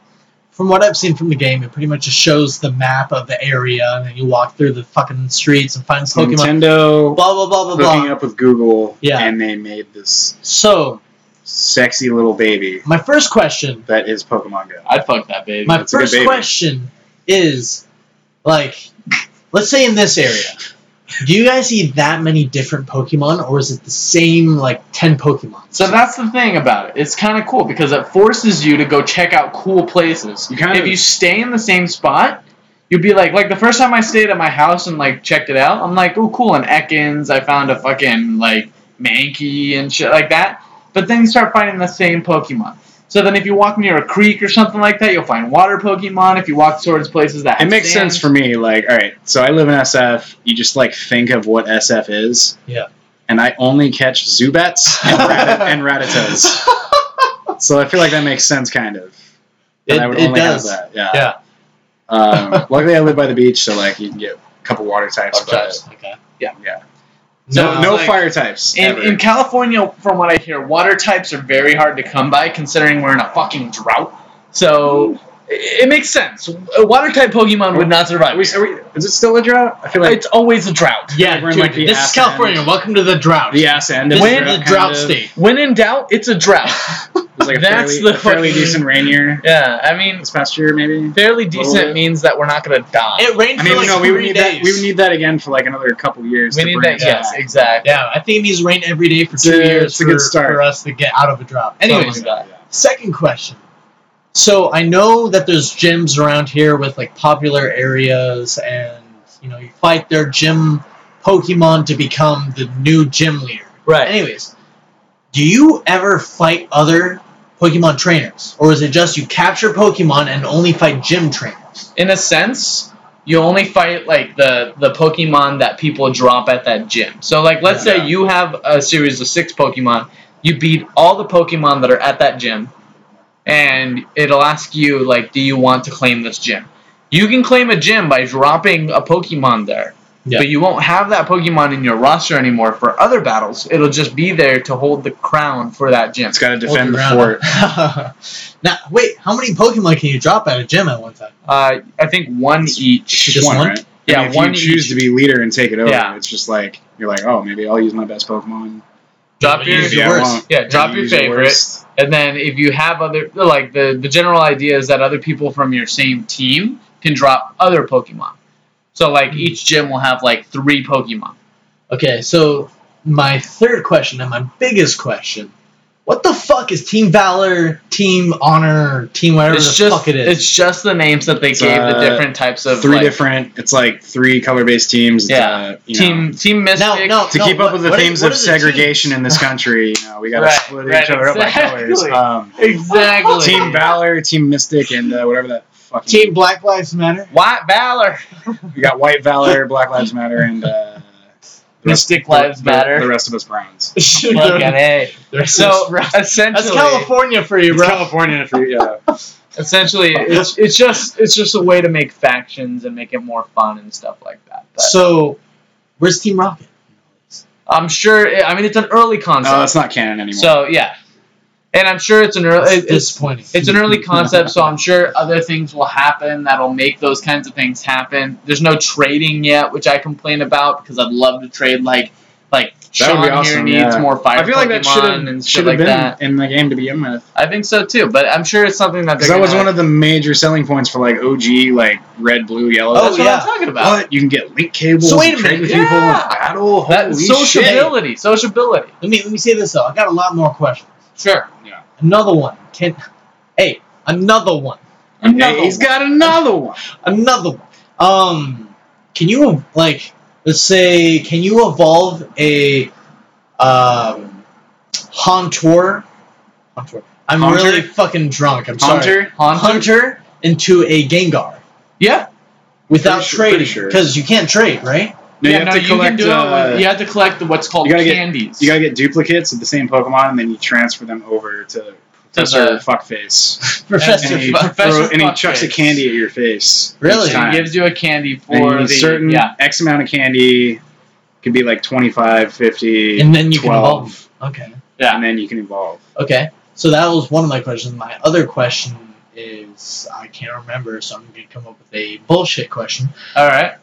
from what I've seen from the game, it pretty much just shows the map of the area, and then you walk through the fucking streets and find some Pokemon.
Nintendo
Blah blah blah blah
hooking
blah.
up with Google,
Yeah.
and they made this
So,
sexy little baby
my first question
that is Pokemon Go.
I'd fuck that baby.
My
That's a good
first
baby.
question is like, let's say in this area, do you guys see that many different Pokemon, or is it the same like ten Pokemon?
so that's the thing about it. It's kind of cool because it forces you to go check out cool places.
You kind
if
of-
you stay in the same spot, you'd be like, like the first time I stayed at my house and like checked it out, I'm like, oh cool, in Ekans, I found a fucking like Mankey and shit like that. But then you start finding the same Pokemon. So then if you walk near a creek or something like that, you'll find water Pokemon. If you walk towards places that
It
have
makes
sand.
sense for me. Like, all right, so I live in SF. You just like think of what SF is.
Yeah.
And I only catch Zubats and, Rat- and Rattatas. So I feel like that makes sense, kind of.
it,
And I would
it
only
does.
have that. Yeah.
Yeah.
Um, luckily, I live by the beach, so like you can get a couple water types.
Water
but
types.
Okay.
Yeah.
Yeah.
No,
No, no
like-
fire types.
In,
ever.
in California, from what I hear, water types are very hard to come by considering we're in a fucking drought. So It makes sense. A water type Pokemon would not survive.
Are we, are we, is it still a drought? I feel like
it's always a drought.
Yeah,
We're in,
dude,
like, the
this is
ass end.
California. Welcome to the drought.
the ass end. of
this
When
is
drought
the
kind
drought
of.
state.
When in doubt, it's a drought.
It was like a
That's
fairly,
the
a fairly
fucking-
decent rain year
yeah, I mean,
this past year, maybe.
fairly
Little-
decent means that we're not going to die.
It rained
I mean,
for like
no,
three
we would need
days.
that. We would need that again for like another couple years.
we
to
need
bring
that.
it
Yes,
back.
exactly.
yeah, I think it needs to rain every day for
It's
two
a-
years
it's a
for,
good start.
for us to get out of a drought.
Anyways,
Anyways, second question. So I know that there's gyms around here with like popular areas, and you know you fight their gym Pokemon to become the new gym leader.
Right.
Anyways, do you ever fight other Pokemon trainers, or is it just you capture Pokemon and only fight gym trainers?
In a sense, you only fight like the the Pokemon that people drop at that gym. So like, let's
Yeah.
say you have a series of six Pokemon. You beat all the Pokemon that are at that gym, and it'll ask you like, do you want to claim this gym? You can claim a gym by dropping a Pokemon there.
Yeah.
But you won't have that Pokemon in your roster anymore for other battles. It'll just be there to hold the crown for that gym.
It's got to defend
Hold
the
your
fort.
ground. now, wait, how many Pokemon can you drop at a gym at one time?
Uh, I think one each.
Just one?
right?
Yeah,
I mean, if
one
you choose
each.
to be leader and take it over,
Yeah.
it's just like you're like, oh, maybe I'll use my best Pokemon.
Drop
You
your,
use
Maybe I
worst.
won't.
Yeah, drop
You
your
use your
favorite.
worst.
And then if you have other like the the general idea is that other people from your same team can drop other Pokemon. So
Hmm.
like each gym will have like three Pokemon.
Okay, so my third question and my biggest question: What the fuck is Team Valor, Team Honor, Team whatever
It's
the
just
fuck it is?
it's just the names that they
It's,
gave the
uh,
different types of
three
like,
different. It's like three color-based teams. It's,
Yeah.
uh, you
team
know,
team Mystic.
no,
to keep
what-
up with the
what is-
themes
what
of
is the team?
segregation in this country, you know, we got to
Right,
split
right,
each other up by
exactly.
colors. Um,
Exactly.
team Valor, Team Mystic, and uh, whatever that fucking.
Team Black Lives Matter.
White Valor.
We got White Valor, Black Lives Matter, and uh, the rest-
Mystic Lives
the-
Matter.
The rest of us Browns.
Fucking A. So
that's
essentially,
California for you,
It's
bro.
California for
uh,
you. Yeah.
essentially, it's, it's just it's just a way to make factions and make it more fun and stuff like that. But
So, where's Team Rocket?
I'm sure. It, I mean, it's an early concept.
No, it's not canon anymore.
So yeah, and I'm sure it's an early
It's
it's,
disappointing.
it's an early concept. So I'm sure other things will happen that'll make those kinds of things happen. There's no trading yet, which I complain about because I'd love to trade like like
That
Sean
would be
here
awesome,
needs
yeah.
more fire
I feel like that should
Pokemon
have
and
should
shit
have
like
been
that.
in the game to begin with.
I think so too, but I'm sure it's something that
Because
they're
that
gonna,
was one of the major selling points for like OG, like red, blue, yellow.
Oh,
that's what
yeah.
I'm talking about.
What you can get link cables.
So wait a
and trade
minute,
with people in
yeah.
battle.
That
Holy shit!
sociability, sociability.
Let me let me say this though. I got a lot more questions.
Sure.
Another one. Can, hey, another one.
Another
Hey, he's got another one.
Another one. Um, can you like let's say can you evolve a um Hauntor? Hauntor. I'm
Haunter?
really fucking drunk. I'm sorry.
Hunter.
Haunter?
Hunter into a Gengar
Yeah.
without
Pretty sure- pretty
trading
sure.
because you can't trade, right?
yeah,
you
no,
have to
you
collect.
can do
uh,
it. With, you have to collect the, what's called
you gotta get-
candies.
You gotta get duplicates of the same Pokemon, and then you transfer them over to Professor Fuckface.
Professor.
And he,
Fu- Professor
throw- and he chucks a
Fuckface.
candy at your face.
Really?
each
So
time.
he gives you a candy
And you
for
need
the
certain
yeah.
X amount of candy. Could be like 25, 50,
And then you can
12,
evolve. Okay.
Yeah.
and then you can evolve.
Okay. So that was one of my questions. My other question is I can't remember, so I'm gonna come up with a bullshit question.
All right.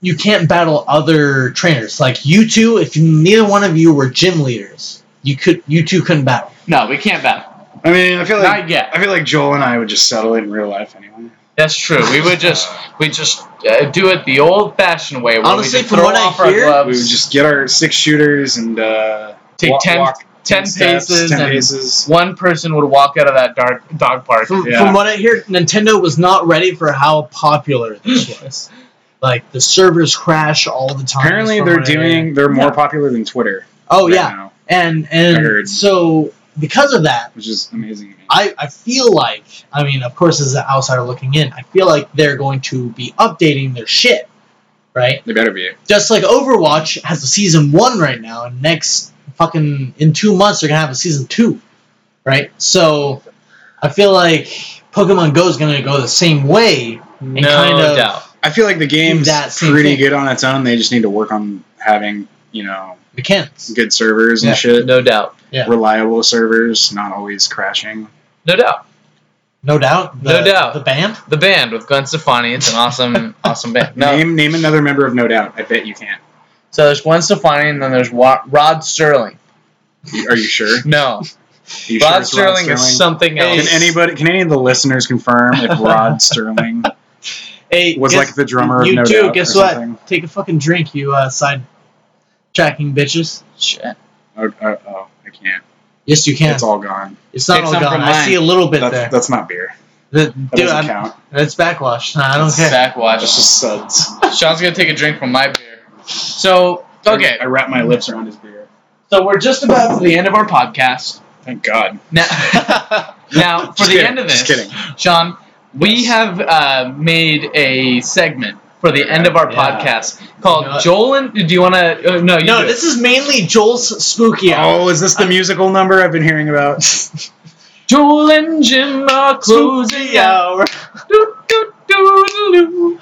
you can't battle other trainers. Like you two, if neither one of you were gym leaders, you could you two couldn't battle.
No, we can't battle.
I mean, I feel like
Not yet.
I feel like Joel and I would just settle it in real life anyway.
That's true. We would just we just uh, do it the old-fashioned way. Where
Honestly,
we just
from
throw
what I
off
hear-
our
We would
gloves,
just get our six shooters and uh,
Take
wa-
10
walk
10
steps,
paces,
ten
and
paces.
one person would walk out of that dark dog park.
From,
Yeah.
from what I hear, Nintendo was not ready for how popular this was. like the servers crash all the time.
Apparently,
from
they're
what I hear.
doing. They're more popular than Twitter.
Oh
right
yeah,
now,
and
I heard.
and so because of that,
which is amazing. to me.
I, I feel like, I mean, of course, as an outsider looking in, I feel like they're going to be updating their shit, right?
They better be.
just like Overwatch has a season one right now, and next fucking in two months they're gonna have a season two, right? So I feel like Pokemon Go is gonna go the same way.
No
kind of-
doubt.
I feel like the game's
that same
pretty
thing.
good on its own. They just need to work on having you know
Mechanics.
good servers
Yeah.
and shit,
No doubt.
Yeah.
reliable servers, not always crashing.
No doubt.
No doubt. The,
No doubt.
The band.
The band with Gwen Stefani. It's an awesome, awesome band. No,
Name name another member of No Doubt. I bet you can't.
so there's Gwen Stefani, and then there's Wa- Rod Sterling.
You- Are you sure?
No,
You sure
Rod,
it's
Sterling is something
Hey,
else.
Can anybody? Can any of the listeners confirm if Rod Sterling
Hey,
was
guess-
like the drummer of
You
No
too.
Doubt
guess
or
what?
something?
Take a fucking drink, you uh, side tracking bitches.
Shit.
Oh, oh, oh, I can't.
Yes, you can.
It's all gone.
It's not
Take
all
some
gone.
from
I
mine.
see a little bit
That's,
there.
that's not beer.
The-
That
dude,
doesn't
I'm-
count.
that's backwash. Nah, I don't care.
Sack watch.
That's just suds.
Sean's gonna take a drink from my beer. So okay,
I wrap my lips around his beer.
so we're just about to the end of our podcast.
Thank God.
Now, now for
Just
the
kidding,
end of this,
Just kidding.
Sean, we
Yes.
have uh, made a segment for the end of our
Yeah.
podcast called
You know what?
Joel and. Do you want to? Uh, no, you
no,
do it.
this is mainly Joel's spooky hour.
Oh, is this the musical number I've been hearing about?
Joel and Jim are closing
Spooky
out.
hour.
Do, do, do, do, do.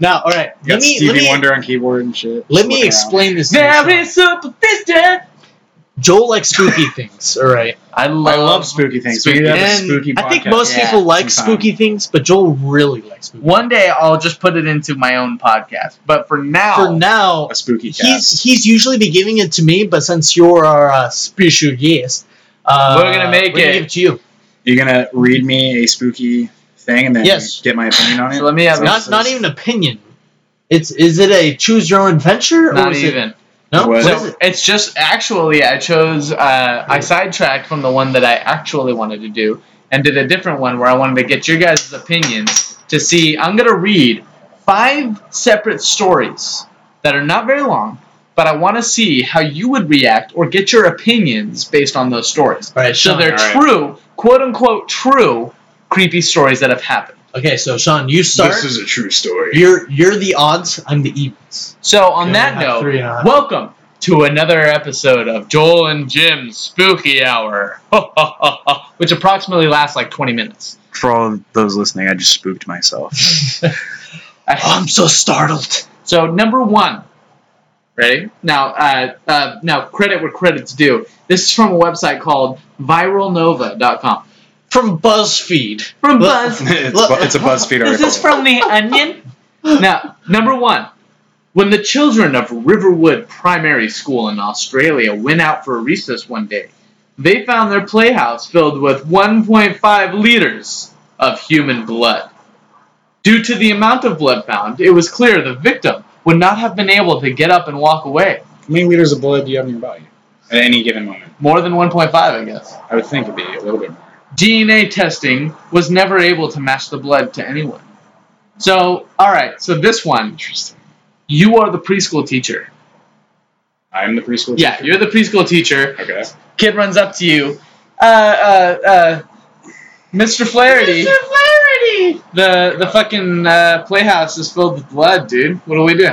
Now, all right.
You got
Let me,
Stevie
let me,
Wonder on keyboard and shit.
let
Just
me
looking
explain this. to you,
There
Sean.
is superstition.
Joel likes spooky things. All right.
I
around.
love.
I love spooky things.
spooky-
we have a
And
spooky podcast.
I think most
Yeah,
people like
sometime.
spooky things, but Joel really likes spooky.
One day I'll just put it into my own podcast. But for now,
For now,
a spooky cast.
he's he's usually be giving it to me, but since you're our uh, special guest, uh,
We're gonna make
we're gonna
it.
give it to you.
You're gonna read me a spooky thing and then
Yes.
get my opinion on it.
So let me have-
Is that what
Not
this
not
is?
even opinion. It's is it a choose your own adventure? or
not
is It,
even.
no.
What?
What
So
is it?
it's just actually I chose uh, I sidetracked from the one that I actually wanted to do and did a different one where I wanted to get your guys' opinions to see. I'm gonna read five separate stories that are not very long, but I want to see how you would react or get your opinions based on those stories.
All right,
So
Sean.
they're
All right.
true, quote unquote true, creepy stories that have happened.
Okay, so Sean, you start.
This is a true story.
You're you're the odds. I'm the evens.
So on
Okay,
that
I have
note,
three and a half.
welcome to another episode of Joel and Jim's Spooky Hour, which approximately lasts like 20 minutes.
For all those listening, I just spooked myself.
Oh,
I'm so startled.
So number one, ready now? Uh, uh, now credit where credit's due. This is from a website called ViralNova.com.
From BuzzFeed.
From
Look,
Buzz,
it's,
Look-
bu- it's a BuzzFeed article.
this is from the Onion. Now, number one, when the children of Riverwood Primary School in Australia went out for a recess one day, they found their playhouse filled with 1.5 liters of human blood. Due to the amount of blood found, it was clear the victim would not have been able to get up and walk away.
How many liters of blood do you have in your body at any given moment?
More than 1.5, I guess.
I would think it'd be a little bit more.
DNA testing was never able to match the blood to anyone. So, alright, so this one.
Interesting.
You are the preschool teacher.
I'm the preschool.
Yeah,
teacher?
you're the preschool teacher.
Okay.
Kid runs up to you. Uh, uh, uh, Mr. Flaherty. Mr. Flaherty. The the fucking uh, playhouse is filled with blood, dude. What do we do?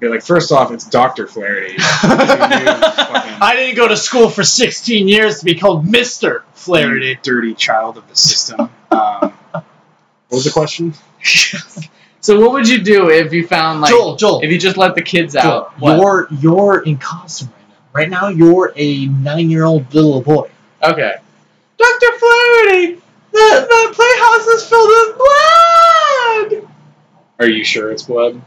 You're like, first off, it's Doctor Flaherty.
I didn't go to school for 16 years to be called Mister Flaherty.
You dirty child of the system. Um, what was the question?
So what would you do if you found like
Joel, Joel,
if you just let the kids
Joel,
out? What?
you're you're in costume right now. Right now, you're a nine-year-old little boy.
okay.
Doctor Flaherty, the the playhouse is filled with blood.
Are you sure it's blood?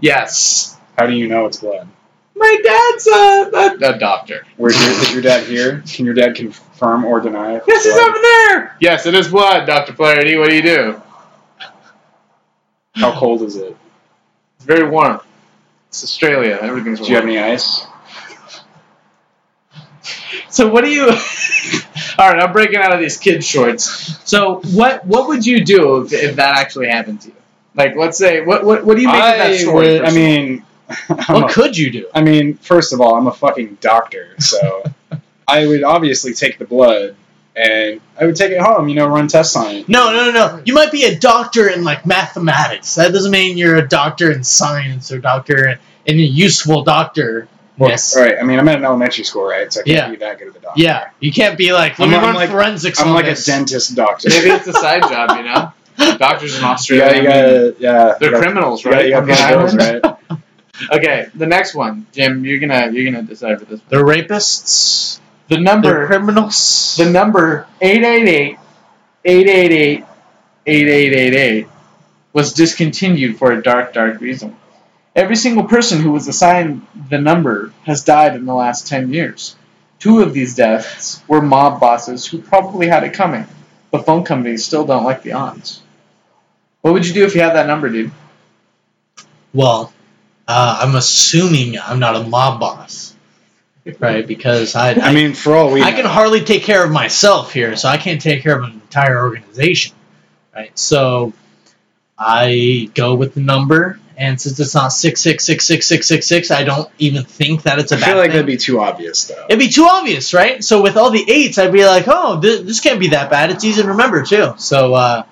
Yes.
How do you know it's blood?
My dad's a, a, a doctor.
Where's your, is your dad here? Can your dad confirm or deny? if it's
Yes, it's
blood?
over there. Yes, it is blood, Doctor Flaherty. What do you do?
How cold is it?
It's very warm. It's Australia. Everything's
Do
warm.
you have any ice?
So what do you? All right, I'm breaking out of these kid shorts. So what what would you do if, if that actually happened to you? Like, let's say, what what, what do you make of that story?
would- I
first of all?
mean, I'm a-
What could you do?
I mean, first of all, I'm a fucking doctor, so I would obviously take the blood and I would take it home. You know, run tests on it.
No, no, no, no. You might be a doctor in like mathematics. That doesn't mean you're a doctor in science or doctor in, in a useful doctor. Yes.
All right. I mean, I'm at an elementary school, right? So I can't
Yeah.
be that good of a doctor.
Yeah, you can't be like
I'm-
let me
I'm
run
like-
forensics.
I'm
on
like
this.
a dentist doctor.
maybe it's a side job, you know? Doctors in Australia,
Yeah, you
I mean,
gotta, yeah.
they're
you gotta-
criminals,
you gotta-
right?
you gotta
I mean,
pay the bills,
I-
right?
Okay, the next one, Jim, you're gonna you're gonna decide for this.
They're rapists.
The
They're
number,
criminals.
the number 888 8888 was discontinued for a dark, dark reason. Every single person who was assigned the number has died in the last 10 years. Two of these deaths were mob bosses who probably had it coming, but phone companies still don't like the odds. What would you do if you had that number, dude?
Well, uh, I'm assuming I'm not a mob boss, right? Because I, I,
I mean, for all we
I
know,
can hardly take care of myself here, so I can't take care of an entire organization, right? So I go with the number, and since it's not six six six six six six six, I don't even think that it's a
I
bad
feel like
thing.
that'd be too obvious, though.
It'd be too obvious, right? So with all the eights, I'd be like, oh, th- this can't be that bad. It's easy to remember too. So, uh,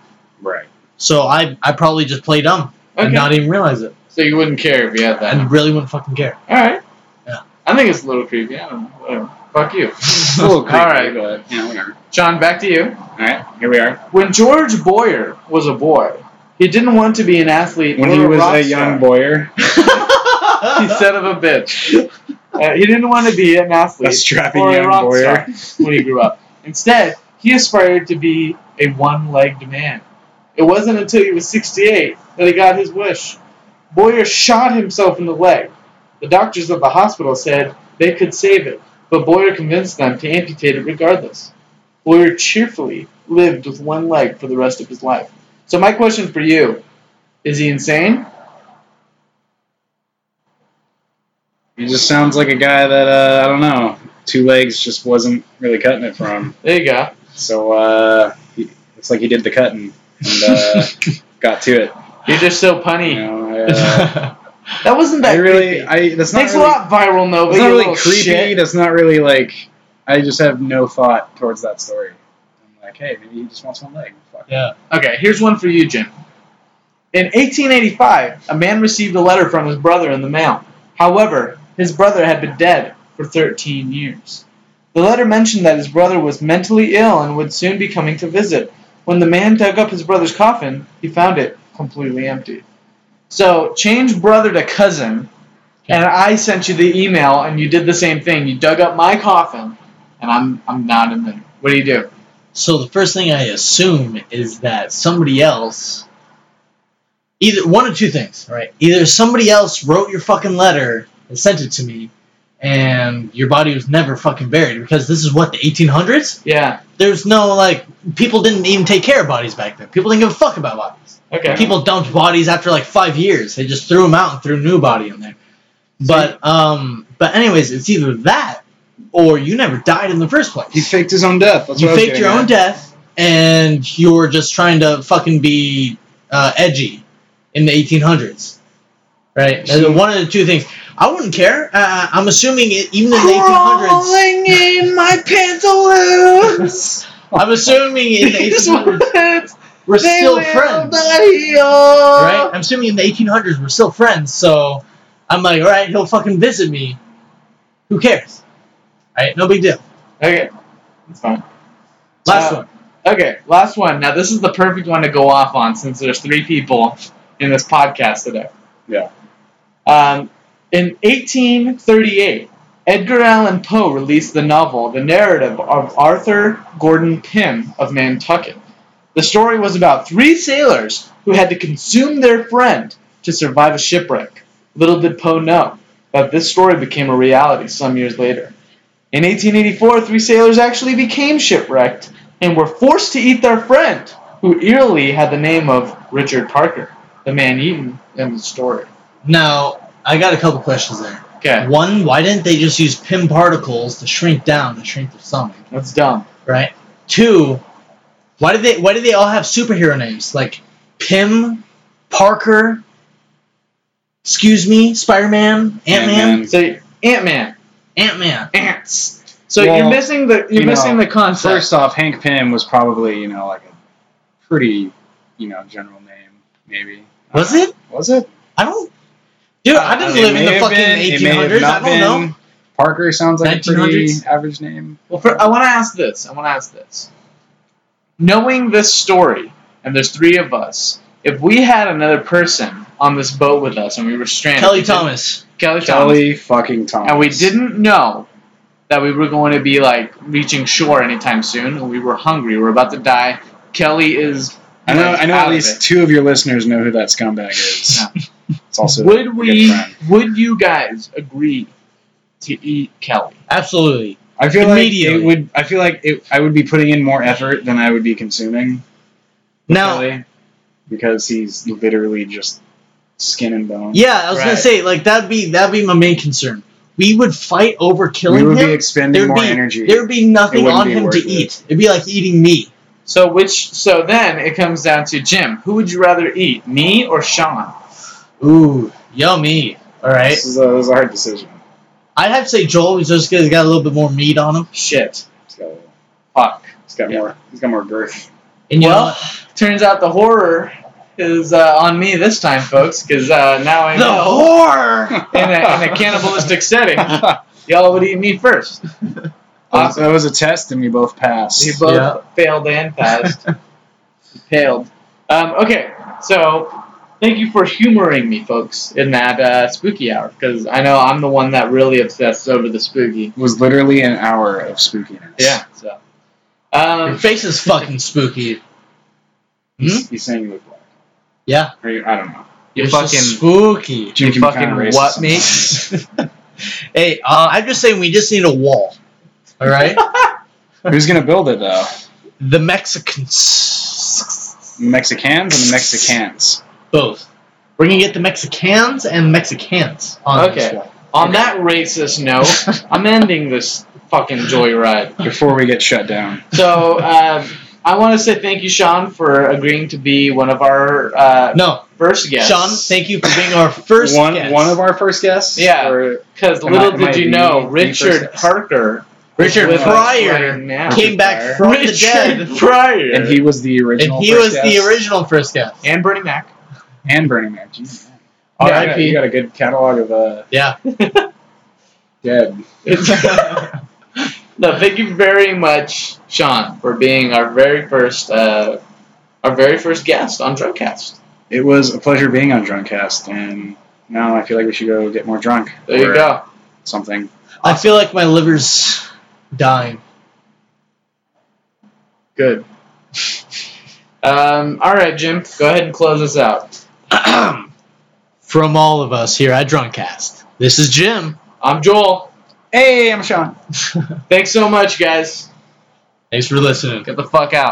right.
so I, I probably just play dumb and not e- even realize it,
so you wouldn't care if you had that.
and really wouldn't fucking care.
Alright.
Yeah.
I think it's a little creepy. I don't know. Whatever. Fuck you.
It's a little creepy,
Alright.
but you know, whatever.
John, back to you.
All right, here we are.
When George Boyer was a boy, he didn't want to be an athlete
When
or
he was
rock
a
star.
young boyer,
he son of a bitch. Uh, he didn't want to be an athlete
A strapping
or a
young
rock
boyer.
star when he grew up. Instead, he aspired to be a one-legged man. It wasn't until he was 68 that he got his wish. Boyer shot himself in the leg. The doctors at the hospital said they could save it, but Boyer convinced them to amputate it regardless. Boyer cheerfully lived with one leg for the rest of his life. So my question for you, is he insane?
he just sounds like a guy that uh, I don't know. Two legs just wasn't really cutting it for him.
There you go.
So uh, he, it's like he did the cutting and uh, got to it.
You're just so punny.
You know, I, uh,
That wasn't
I
that
really,
creepy.
I that's not
Thanks
really,
a lot, viral Nova.
That's not
you
really
little
creepy.
shit.
That's not really like. I just have no thought towards that story. I'm like, hey, maybe he just wants one leg. Fuck.
yeah.
Okay, here's one for you, Jim. In 1885, a man received a letter from his brother in the mail. However, his brother had been dead for 13 years. The letter mentioned that his brother was mentally ill and would soon be coming to visit. When the man dug up his brother's coffin, he found it completely empty. So, change brother to cousin, and I sent you the email, and you did the same thing. You dug up my coffin, and I'm, I'm not in there. What do you do?
So the first thing I assume is that somebody else, either one of two things, right? Either somebody else wrote your fucking letter and sent it to me, and your body was never fucking buried because this is what the 1800s.
Yeah.
There's no like people didn't even take care of bodies back then. People didn't give a fuck about bodies.
Okay.
People dumped bodies after like five years. They just threw them out and threw a new body in there. But um, but anyways, it's either that or you never died in the first place
He faked his own death. That's
you
what I was
faked
getting
your own
at.
death and you're just trying to fucking be uh, edgy in the 1800ds right That's
See-
one of the two things i wouldn't care uh, i'm assuming it, even in the 1800s
Crawling in my pantaloons.
i'm assuming in the 1800s we're
They
still
will
friends
die,
right
oh.
i'm assuming in the 1800s we're still friends so i'm like all right he'll fucking visit me who cares all right no big deal
Okay, that's fine.
last
Uh,
one
Okay, last one. Now this is the perfect one to go off on since there's three people in this podcast today.
Yeah.
Um, in 1838, Edgar Allan Poe released the novel The Narrative of Arthur Gordon Pym of Nantucket. The story was about three sailors who had to consume their friend to survive a shipwreck. Little did Poe know that this story became a reality some years later. In 1884, three sailors actually became shipwrecked and were forced to eat their friend, who eerily had the name of Richard Parker, the man eaten in the story.
now i got a couple questions there
Okay,
One, why didn't they just use pin particles to shrink down to shrink their stomach,
that's dumb.
right? Two, why did they why did they all have superhero names like Pim, Parker, excuse me, Spider Man, Ant Man,
Ant-Man.
So Ant Man,
Ant Man.
ants. So
Well,
you're missing the you're
you
missing
know,
the concept.
First off, Hank Pym was probably you know like a pretty you know general name maybe.
Was it?
Was it?
I don't. Dude, I didn't
It
live in
may
the
have
fucking
been, it may have
1800s. I
not
don't
been.
know.
Parker sounds like a pretty
1900s?
average name.
Well, for, I want to ask this. I want to ask this. Knowing this story, and there's three of us, if we had another person on this boat with us and we were stranded,
Kelly
we didn't-
Thomas.
Kelly Thomas,
Kelly fucking Thomas.
and we didn't know that we were going to be like reaching shore anytime soon, and we were hungry, we were about to die. Kelly is
I know. I know
Out
at
of
least
it.
two of your listeners know who that scumbag is. It's also a
Would
good
we?
friend.
Would you guys agree to eat Kelly?
Absolutely.
I feel like it
Immediately.
would. I feel like it, I would be putting in more effort than I would be consuming.
Now,
Kelly, because he's literally just skin and bone.
yeah, I was gonna
Right.
say like that'd be that'd be my main concern. We would fight over killing
we would be
him.
expending
there'd
more
be-
energy.
There'd be
It
nothing
wouldn't
on
be
him to
worth it.
eat. It'd be like eating me.
So which? So then it comes down to Jim. Who would you rather eat, me or Sean?
Ooh, yummy. All right.
This is, a, this is a hard decision.
I'd have to say Joel is just because he's got a little bit more meat on him.
Shit.
He's got,
Fuck.
he's got
Yeah.
more. He's got more girth.
And you
Well, turns out the horror is uh, on me this time, folks, because uh, now I
know, the
know
horror.
in, a, in a cannibalistic setting, y'all would eat me first. Awesome.
That was a test, and we both passed.
You both
Yeah.
failed and passed. Failed. Um, okay, so thank you for humoring me, folks, in that uh, spooky hour, because I know I'm the one that really obsessed over the spooky.
It was literally an hour of spookiness.
So.
Your
Um,
face is fucking spooky.
He's,
Hmm?
he's saying you look black.
Yeah,
Or you, I don't know.
you
it's
fucking
just spooky.
Jim
You
can be kinda
fucking
racist
what me?
sometimes.
Hey, uh, I'm just saying we just need a wall. All right,
Who's gonna build it though?
the Mexicans.
Mexicans and the Mexicans.
Both. We're gonna get the Mexicans and Mexicans on this
Okay.
wall.
on that racist note, I'm ending this fucking joyride.
Before we get shut down.
So um, I want to say thank you, Sean, for agreeing to be one of our uh,
No,
first guests.
Sean, thank you for being our first
one
guest.
one of our first guests.
Yeah.
Or
Because
Am
little
I- am I
did you
the-
know,
the
Richard
first guest?
Parker.
Richard
with us
Pryor
right now.
came back from the dead,
Richard Pryor.
and he was the
and
original.
he
first
was the
guest.
original first guest.
and Bernie Mac.
And Burning Man. Jeez, man.
Yeah,
You got-
R.I.P.
You got a good catalog of uh,
Yeah.
dead.
It's- no, thank you very much, Sean, for being our very first uh, our very first guest on Drumcast.
It was a pleasure being on Drunkcast, and now I feel like we should go get more drunk.
There you
or
go.
Something.
I feel like my liver's dying.
Good. Um, all right, Jim, go ahead and close us out.
From all of us here at Drunkcast, this is Jim.
I'm Joel.
Hey, I'm Sean.
Thanks
Thanks so much, guys.
for listening.
Get the fuck out.